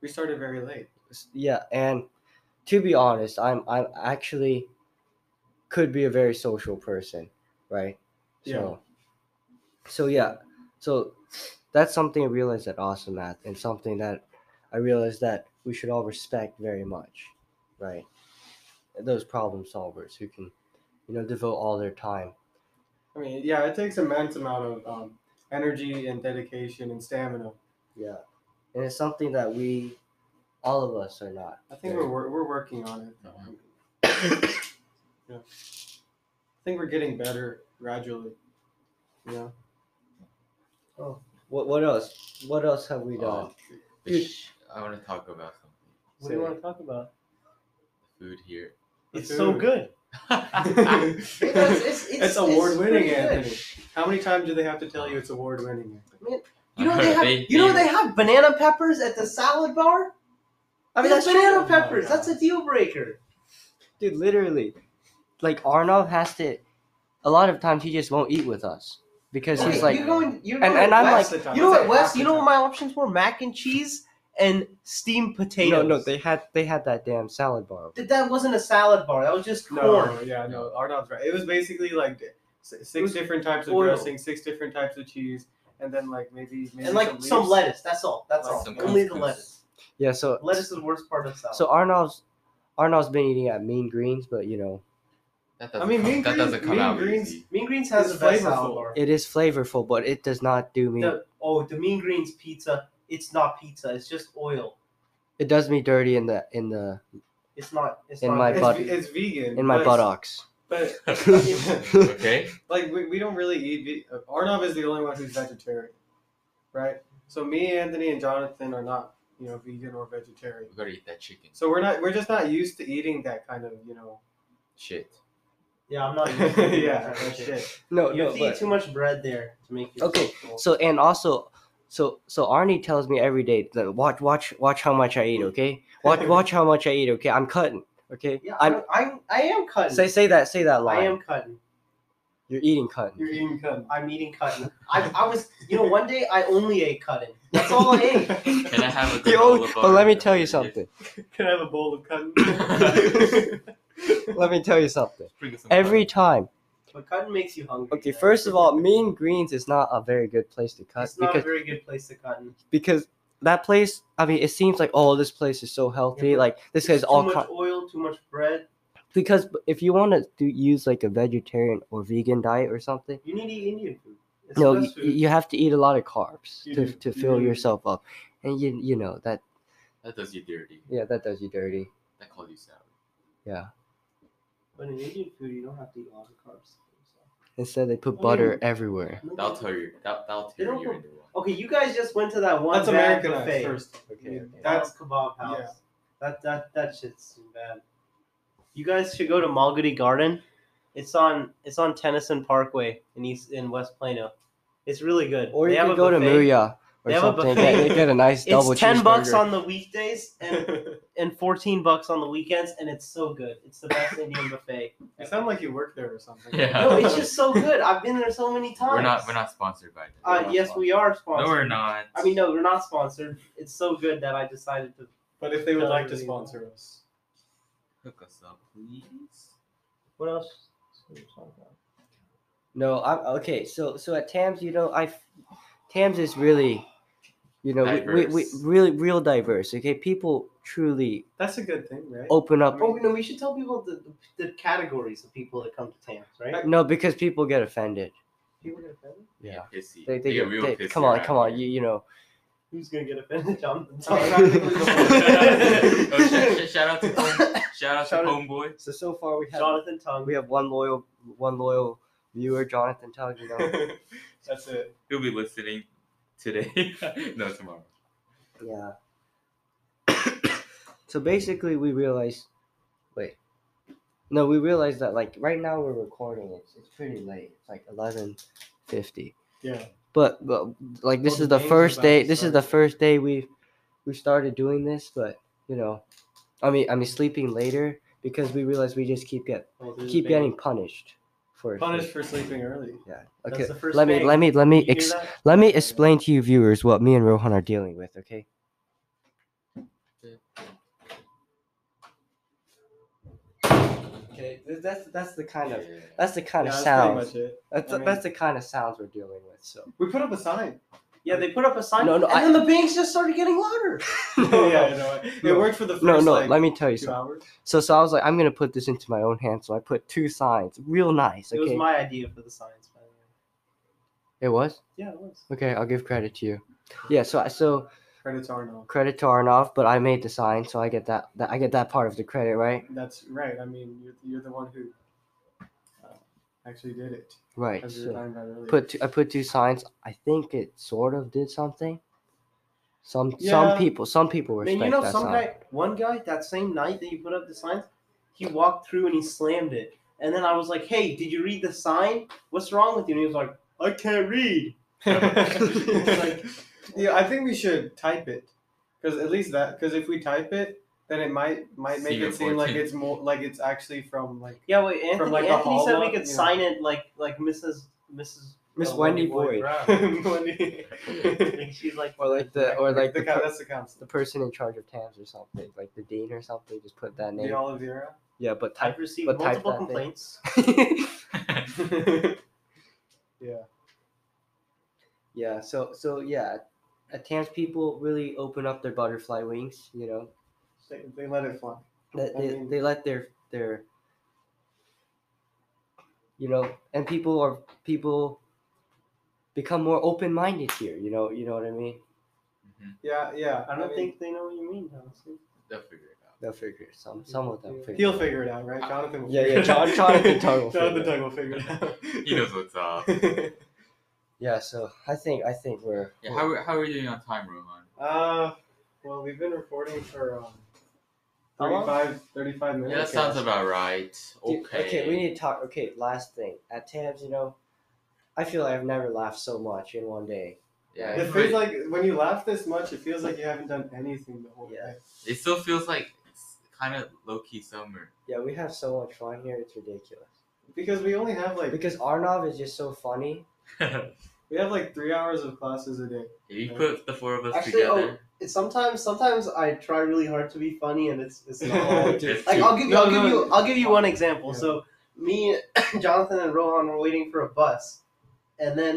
Speaker 1: We started very late.
Speaker 2: yeah, and to be honest, I'm I'm actually could be a very social person, right? So So yeah. So that's something I realized at Awesome Math and something that I realized that we should all respect very much, right? Those problem solvers who can you know devote all their time.
Speaker 1: I mean, yeah, it takes immense amount of um, energy and dedication and stamina.
Speaker 2: Yeah. And it's something that we all of us are not.
Speaker 1: I think
Speaker 2: very-
Speaker 1: we're wor- we're working on it.
Speaker 3: Mhm.
Speaker 1: yeah. I think we're getting better gradually. You know?
Speaker 2: What what else? What else have we done?
Speaker 3: Oh, the sh- I want to talk about something.
Speaker 4: What do you want to talk about?
Speaker 3: The food here.
Speaker 1: The
Speaker 4: It's so
Speaker 1: food.
Speaker 4: good.
Speaker 1: it's,
Speaker 4: it's,
Speaker 1: award winning,
Speaker 4: pretty good.
Speaker 1: Anthony. How many times do they have to tell you it's award winning?
Speaker 4: You know they have. you know they have banana peppers at the salad bar. I mean, that's banana
Speaker 1: true.
Speaker 4: peppers. That's a deal breaker.
Speaker 2: Dude, literally. Like Arnold has to a lot of times he just won't eat with us because he's
Speaker 4: Okay,
Speaker 2: like
Speaker 4: you're going. You're
Speaker 2: And-
Speaker 4: going
Speaker 2: and I'm like,
Speaker 4: west. you know what, Wes? You know what my options were? Mac and cheese and steamed
Speaker 2: No,
Speaker 4: potatoes.
Speaker 2: no, they had they had that damn salad bar.
Speaker 4: Th- that wasn't a salad bar. That was just corn.
Speaker 1: No, yeah, no, Arnold's right. It was basically like s- six different types of
Speaker 4: oil.
Speaker 1: dressing, six different types of cheese, and then like maybe, maybe
Speaker 4: and like
Speaker 1: some,
Speaker 4: some,
Speaker 1: leaves.
Speaker 4: lettuce. That's all. That's
Speaker 1: Like
Speaker 4: all.
Speaker 3: some
Speaker 4: Only the
Speaker 3: couscous.
Speaker 4: lettuce.
Speaker 2: Yeah, so
Speaker 4: Lettuce is the worst part of salad.
Speaker 2: so Arnav's Arnav's been eating at Mean Greens, but you know
Speaker 3: That
Speaker 1: I
Speaker 3: doesn't
Speaker 1: mean,
Speaker 3: come,
Speaker 1: mean
Speaker 3: that doesn't
Speaker 1: green-
Speaker 3: come
Speaker 1: mean
Speaker 3: out
Speaker 1: greens-
Speaker 3: easy.
Speaker 4: Mean Greens has
Speaker 1: It's
Speaker 4: the best salad
Speaker 1: flavorful.
Speaker 4: bar.
Speaker 2: it is flavorful, but it does not do me.
Speaker 4: The- oh, the Mean Greens pizza. It's not pizza. It's just oil.
Speaker 2: It does me dirty in the in the
Speaker 4: It's not. It's
Speaker 2: In
Speaker 4: not
Speaker 2: my
Speaker 4: good.
Speaker 1: It's,
Speaker 2: butt-
Speaker 1: ve- it's vegan
Speaker 2: in my
Speaker 1: but-
Speaker 2: buttocks.
Speaker 1: But
Speaker 3: okay.
Speaker 1: like we, we don't really eat. Ve- Arnav is the only one who's vegetarian, right? So me, Anthony, and Jonathan are not you know vegan or vegetarian.
Speaker 3: We gotta eat that chicken.
Speaker 1: So we're not we're just not used to eating that kind of you know
Speaker 3: Shit.
Speaker 4: Yeah, I'm not. used to eating
Speaker 1: yeah
Speaker 4: that kind of shit.
Speaker 1: shit.
Speaker 2: No,
Speaker 4: You
Speaker 2: no,
Speaker 4: have to eat
Speaker 2: but,
Speaker 4: too much bread there to make you.
Speaker 2: Okay, so and also so so Arnie tells me every day that watch watch watch how much I eat, okay? Watch watch how much I eat, okay? I'm cutting, okay?
Speaker 4: Yeah,
Speaker 2: I'm
Speaker 4: I'm. I'm. I am cutting.
Speaker 2: say say that say that
Speaker 4: I
Speaker 2: line.
Speaker 4: am cutting.
Speaker 2: You're eating cutting.
Speaker 1: You're eating cotton.
Speaker 4: I'm eating cutting. I, I was, you know, one day I only ate cutting. That's all I ate.
Speaker 3: Can I have a
Speaker 2: You only-
Speaker 3: granola bar?
Speaker 2: but let me tell you something.
Speaker 1: Can I have a bowl of cotton?
Speaker 2: Let me tell you something.
Speaker 3: Bring us some
Speaker 2: Every time.
Speaker 4: But cutting makes you hungry.
Speaker 2: Okay, first of all, Mean Greens is not a very good place to cut
Speaker 4: it's not a
Speaker 2: because
Speaker 4: very good place to cutting.
Speaker 2: because that place. I mean, it seems like oh, this place is so healthy.
Speaker 4: Yeah, but
Speaker 2: Like this guy's
Speaker 4: too
Speaker 2: all
Speaker 4: much
Speaker 2: cut
Speaker 4: oil, too much bread.
Speaker 2: because if you want to do, use like a vegetarian or vegan diet or something,
Speaker 4: You need to eat Indian food. It's
Speaker 2: no,
Speaker 4: the
Speaker 2: you,
Speaker 4: best food. Mm-hmm.
Speaker 2: you have to eat a lot of carbs
Speaker 1: You
Speaker 2: to,
Speaker 1: do.
Speaker 2: to
Speaker 1: You
Speaker 2: fill
Speaker 1: do.
Speaker 2: yourself up, and you you know that
Speaker 3: That does you dirty.
Speaker 2: yeah that does you dirty.
Speaker 3: That calls you sour.
Speaker 4: But in Indian food, you don't have to eat a lot of carbs.
Speaker 2: Instead, they put
Speaker 4: Oh,
Speaker 2: butter
Speaker 4: yeah.
Speaker 2: everywhere.
Speaker 4: No,
Speaker 3: That'll
Speaker 4: they-
Speaker 3: tell you. That, that'll
Speaker 4: They
Speaker 3: tell
Speaker 4: don't
Speaker 3: you you're
Speaker 4: put-
Speaker 3: in the wrong.
Speaker 4: Okay, you guys just went to that one
Speaker 1: That's
Speaker 4: bad
Speaker 1: Americanized
Speaker 4: buffet.
Speaker 1: first.
Speaker 2: Okay, okay.
Speaker 1: That's
Speaker 4: That's kebab house.
Speaker 1: yeah.
Speaker 4: That that that shit's too bad. You guys should go to Malgudi Garden. It's on it's on Tennyson Parkway in East in West Plano. It's really good.
Speaker 2: Or
Speaker 4: They
Speaker 2: you
Speaker 4: have
Speaker 2: can
Speaker 4: a
Speaker 2: go to
Speaker 4: buffet.
Speaker 2: Muya or
Speaker 4: They have a
Speaker 2: something.
Speaker 4: buffet.
Speaker 2: Get, get a nice double
Speaker 4: It's ten bucks
Speaker 2: cheeseburger.
Speaker 4: on the weekdays and and fourteen bucks on the weekends, and it's so good. It's the best Indian buffet.
Speaker 1: you sound like you work there or something.
Speaker 3: Yeah.
Speaker 4: No, it's just so good. I've been there so many times.
Speaker 3: We're not. We're not sponsored by that. We're
Speaker 4: Uh,
Speaker 3: not
Speaker 4: yes,
Speaker 3: sponsored.
Speaker 4: we are
Speaker 3: No,
Speaker 4: sponsored.
Speaker 3: we're not.
Speaker 4: I mean, no, we're not sponsored. It's so good that I decided to.
Speaker 1: But if they would like to sponsor us,
Speaker 3: hook us up, please.
Speaker 4: What else?
Speaker 2: No, I'm okay. So so at Tams, you know, I Tams is really, you know, we, we, we
Speaker 3: Diverse.
Speaker 2: really real diverse. Okay, people truly
Speaker 1: that's a good thing, right?
Speaker 2: open up.
Speaker 4: Oh no, we should tell people the, the categories of people that come to Tams, right?
Speaker 2: No, because people get offended.
Speaker 4: People get offended.
Speaker 2: Yeah.
Speaker 3: Pissy.
Speaker 2: They, they,
Speaker 3: get
Speaker 2: get,
Speaker 3: real
Speaker 2: they-
Speaker 3: pissy.
Speaker 2: come on,
Speaker 3: around
Speaker 2: come on,
Speaker 3: here.
Speaker 2: you you know.
Speaker 4: Who's gonna get offended, Jonathan?
Speaker 1: Oh,
Speaker 3: oh, shout, shout- shout out to home, shout out
Speaker 2: Shout
Speaker 3: to
Speaker 2: out-
Speaker 3: homeboy.
Speaker 2: So so far we have
Speaker 4: Jonathan Tongue.
Speaker 2: Oh, we have one loyal one loyal viewer, Jonathan Tug. You know,
Speaker 1: that's it.
Speaker 3: He'll be listening today. no, tomorrow.
Speaker 2: yeah. so basically, we realized. Wait, no, we realized that like right now we're recording. It's it's pretty late. It's like eleven fifty.
Speaker 1: Yeah.
Speaker 2: But but like this
Speaker 4: Well,
Speaker 2: is
Speaker 4: the
Speaker 2: the
Speaker 4: game's
Speaker 2: first
Speaker 4: about to
Speaker 2: day. This is
Speaker 4: start.
Speaker 2: the first day we we started doing this. But you know, I mean I mean sleeping later because we realized we just keep get
Speaker 4: Oh, there's
Speaker 2: keep
Speaker 4: Bane.
Speaker 2: getting punished for
Speaker 1: Punished for sleeping early.
Speaker 2: Yeah.
Speaker 4: That's
Speaker 2: Okay.
Speaker 4: the first
Speaker 2: Let me
Speaker 4: thing.
Speaker 2: let me let
Speaker 4: You
Speaker 2: me
Speaker 4: hear
Speaker 2: ex-
Speaker 4: that?
Speaker 2: let me explain to you viewers what me and Rohan are dealing with, okay? Okay, that's that's the kind of
Speaker 3: Yeah.
Speaker 2: that's the kind
Speaker 1: Yeah,
Speaker 2: of
Speaker 1: that's
Speaker 2: sounds
Speaker 1: pretty much it.
Speaker 2: that's,
Speaker 1: I mean-
Speaker 2: that's the kind of sounds we're dealing with. So
Speaker 1: We put up a sign.
Speaker 4: Yeah, they put up a sign,
Speaker 2: No, no,
Speaker 4: and
Speaker 2: I-
Speaker 4: then the bangs just started getting louder.
Speaker 1: yeah, I know. It
Speaker 2: No.
Speaker 1: worked for the first
Speaker 2: no, no,
Speaker 1: like,
Speaker 2: let me tell you
Speaker 1: two
Speaker 2: something.
Speaker 1: hours.
Speaker 2: So so I was like, I'm gonna put this into my own hand. So I put two signs, real nice.
Speaker 4: It was
Speaker 2: Okay,
Speaker 4: my idea for the signs, by the way.
Speaker 2: it was
Speaker 4: Yeah, it was.
Speaker 2: okay. I'll give credit to you. Yeah. So I so
Speaker 1: Credits are no.
Speaker 2: credit to Arnav, but I made the sign, so I get that, that I get that part of the credit, right?
Speaker 1: That's right. I mean, you're, you're the one who uh, actually did it.
Speaker 2: Right.
Speaker 1: As we
Speaker 2: so-
Speaker 1: were talking about earlier.
Speaker 2: put two, I put two signs. I think it sort of did something. Some
Speaker 1: Yeah.
Speaker 2: some people some people respect
Speaker 4: Man, you know,
Speaker 2: that
Speaker 4: some
Speaker 2: sign.
Speaker 4: guy, one guy, that same night that you put up the signs, he walked through and he slammed it. And then I was like, "Hey, did you read the sign? What's wrong with you?" And he was like, "I can't read."
Speaker 1: Like, yeah, I think we should type it because at least that because if we type it, then it might might make
Speaker 3: Senior
Speaker 1: it seem like
Speaker 3: 14.
Speaker 1: it's more like it's actually from like
Speaker 4: Yeah, wait, Anthony.
Speaker 1: like, a
Speaker 4: Anthony said
Speaker 1: hallmark,
Speaker 4: we
Speaker 1: you
Speaker 4: could
Speaker 1: know.
Speaker 4: sign it like like Mrs. Mrs.
Speaker 2: Miss
Speaker 4: uh,
Speaker 2: Wendy Boyd.
Speaker 4: Brown.
Speaker 1: money.
Speaker 4: And she's like,
Speaker 2: or like the or like the,
Speaker 1: the, coun-
Speaker 2: per-
Speaker 1: that's the
Speaker 2: the
Speaker 1: council.
Speaker 2: person in charge of Tams or something, like the dean or something. Just put that
Speaker 1: The
Speaker 2: name.
Speaker 1: Oliveira.
Speaker 2: Yeah, but type.
Speaker 4: I've received
Speaker 2: but type
Speaker 4: multiple
Speaker 2: that thing.
Speaker 4: complaints.
Speaker 3: That's
Speaker 1: Yeah.
Speaker 2: Yeah. So so yeah, uh, trans people really open up their butterfly wings. You know,
Speaker 1: They, they let it fly.
Speaker 2: that
Speaker 1: I
Speaker 2: they,
Speaker 1: mean-
Speaker 2: they let their their you know and people are people become more open-minded here you know you know what i mean
Speaker 3: Mhm.
Speaker 1: Yeah, yeah.
Speaker 4: I don't
Speaker 1: mean,
Speaker 4: think they know what you mean, honestly.
Speaker 3: They'll figure it out.
Speaker 2: they'll figure it some some of them
Speaker 1: Yeah.
Speaker 2: figure
Speaker 1: he'll
Speaker 2: it
Speaker 1: figure it out, right? Jonathan. Will
Speaker 2: Yeah,
Speaker 1: figure
Speaker 2: yeah,
Speaker 1: it
Speaker 2: Jon-
Speaker 1: out.
Speaker 2: Jonathan Tung will
Speaker 1: Jonathan
Speaker 2: figure
Speaker 1: Tung will figure it out.
Speaker 3: He knows what's up.
Speaker 2: yeah so i think i think we're
Speaker 3: Yeah, how, are- how are you doing on time, Roman?
Speaker 1: uh, well, we've been recording for um,
Speaker 4: How long?
Speaker 1: 35, 35 minutes.
Speaker 3: Yeah, that sounds about right.
Speaker 2: Dude,
Speaker 3: Okay.
Speaker 2: okay we need to talk okay last thing at tams you know i feel like i've never laughed so much in one day
Speaker 3: Yeah,
Speaker 1: It
Speaker 3: but
Speaker 1: feels like when you laugh this much, it feels like you haven't done anything the whole
Speaker 2: Yeah.
Speaker 1: day.
Speaker 3: it still feels like it's kind of low key summer.
Speaker 2: yeah we have so much fun here it's ridiculous
Speaker 1: Because we only have like
Speaker 2: because arnav is just so funny
Speaker 3: if
Speaker 1: we have like three hours of classes a day.
Speaker 3: you put the four of us
Speaker 4: Actually, oh,
Speaker 3: together,
Speaker 4: Sometimes, sometimes I try really hard to be funny, and it's it's not.
Speaker 1: oh,
Speaker 2: dude.
Speaker 3: it's
Speaker 4: Like
Speaker 3: too-
Speaker 4: I'll give you,
Speaker 1: No,
Speaker 4: I'll give
Speaker 1: no,
Speaker 4: you, I'll give you one example.
Speaker 1: Yeah.
Speaker 4: So me, Jonathan, and Rohan were waiting for a bus, and then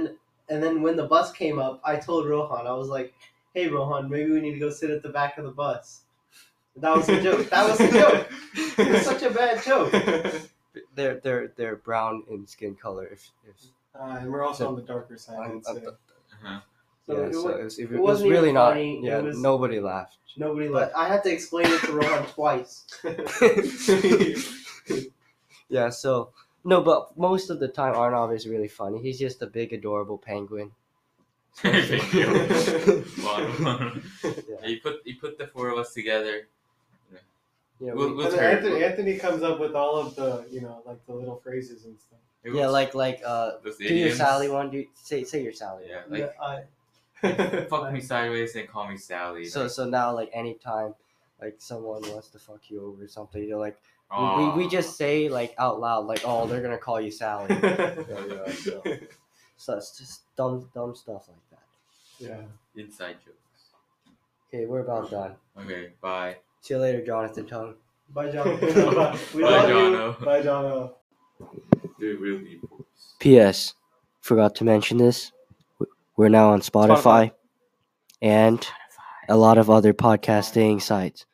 Speaker 4: and then when the bus came up, I told Rohan, I was like, "Hey, Rohan, maybe we need to go sit at the back of the bus." That was a joke. That was a joke. It was such a bad joke.
Speaker 2: they're they're they're brown in skin color if if
Speaker 1: Uh, and we're also on the darker side.
Speaker 2: I'm-
Speaker 1: I'd say.
Speaker 2: I'm-
Speaker 3: Uh-huh.
Speaker 4: So
Speaker 2: yeah,
Speaker 4: it
Speaker 2: so
Speaker 4: wa-
Speaker 2: it was, it,
Speaker 4: it
Speaker 2: was
Speaker 4: wasn't even
Speaker 2: really not.
Speaker 4: funny, it
Speaker 2: Yeah,
Speaker 4: was-
Speaker 2: nobody laughed.
Speaker 4: Nobody left. I had to explain it to Rohan twice.
Speaker 2: yeah, so no, but most of the time Arnav is really funny. He's just a big adorable penguin.
Speaker 3: Thank you. Bottom line.
Speaker 2: Yeah.
Speaker 3: You put you put the four of us together.
Speaker 2: Yeah,
Speaker 3: We'll-
Speaker 2: we-
Speaker 3: we'll
Speaker 1: And then
Speaker 3: tear it
Speaker 1: Anthony,
Speaker 3: apart.
Speaker 1: Anthony comes up with all of the, you know, like the little phrases and stuff.
Speaker 3: It
Speaker 2: yeah,
Speaker 3: was-
Speaker 2: like like uh,
Speaker 3: those
Speaker 2: do your
Speaker 3: idioms.
Speaker 2: Sally one. Do say say your Sally.
Speaker 3: Yeah,
Speaker 4: Yeah,
Speaker 3: like
Speaker 4: I-
Speaker 3: fuck me sideways and call me Sally.
Speaker 2: So so now like anytime like someone wants to fuck you over or something, you're like we-
Speaker 3: Aw.
Speaker 2: we, we just say like out loud like oh they're gonna call you Sally. yeah, yeah, so. so it's just dumb dumb stuff like that.
Speaker 1: yeah.
Speaker 3: inside jokes.
Speaker 2: Okay, we're about done.
Speaker 3: Okay, bye.
Speaker 2: See you later, Jonathan Tongue.
Speaker 4: Bye, Jonathan.
Speaker 1: Bye,
Speaker 4: we
Speaker 3: Bye,
Speaker 4: love you.
Speaker 3: Jono.
Speaker 1: Bye, Jono.
Speaker 3: Dude, real deep voice.
Speaker 2: P.S. Forgot to mention this. We're now on Spotify, and a lot of other podcasting sites.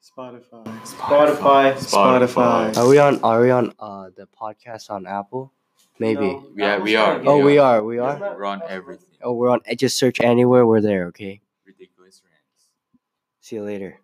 Speaker 1: Spotify.
Speaker 4: Spotify.
Speaker 3: Spotify.
Speaker 2: Are we on? Are we on uh, the podcast on Apple? Maybe.
Speaker 4: No,
Speaker 3: Yeah, we
Speaker 4: Apple's
Speaker 3: are.
Speaker 4: not
Speaker 2: Oh, we
Speaker 4: good.
Speaker 2: are. We
Speaker 4: It's
Speaker 2: are.
Speaker 4: not-
Speaker 3: We're on everything.
Speaker 2: Oh, we're on. Just search anywhere. We're there. Okay.
Speaker 3: Ridiculous rants.
Speaker 2: See you later.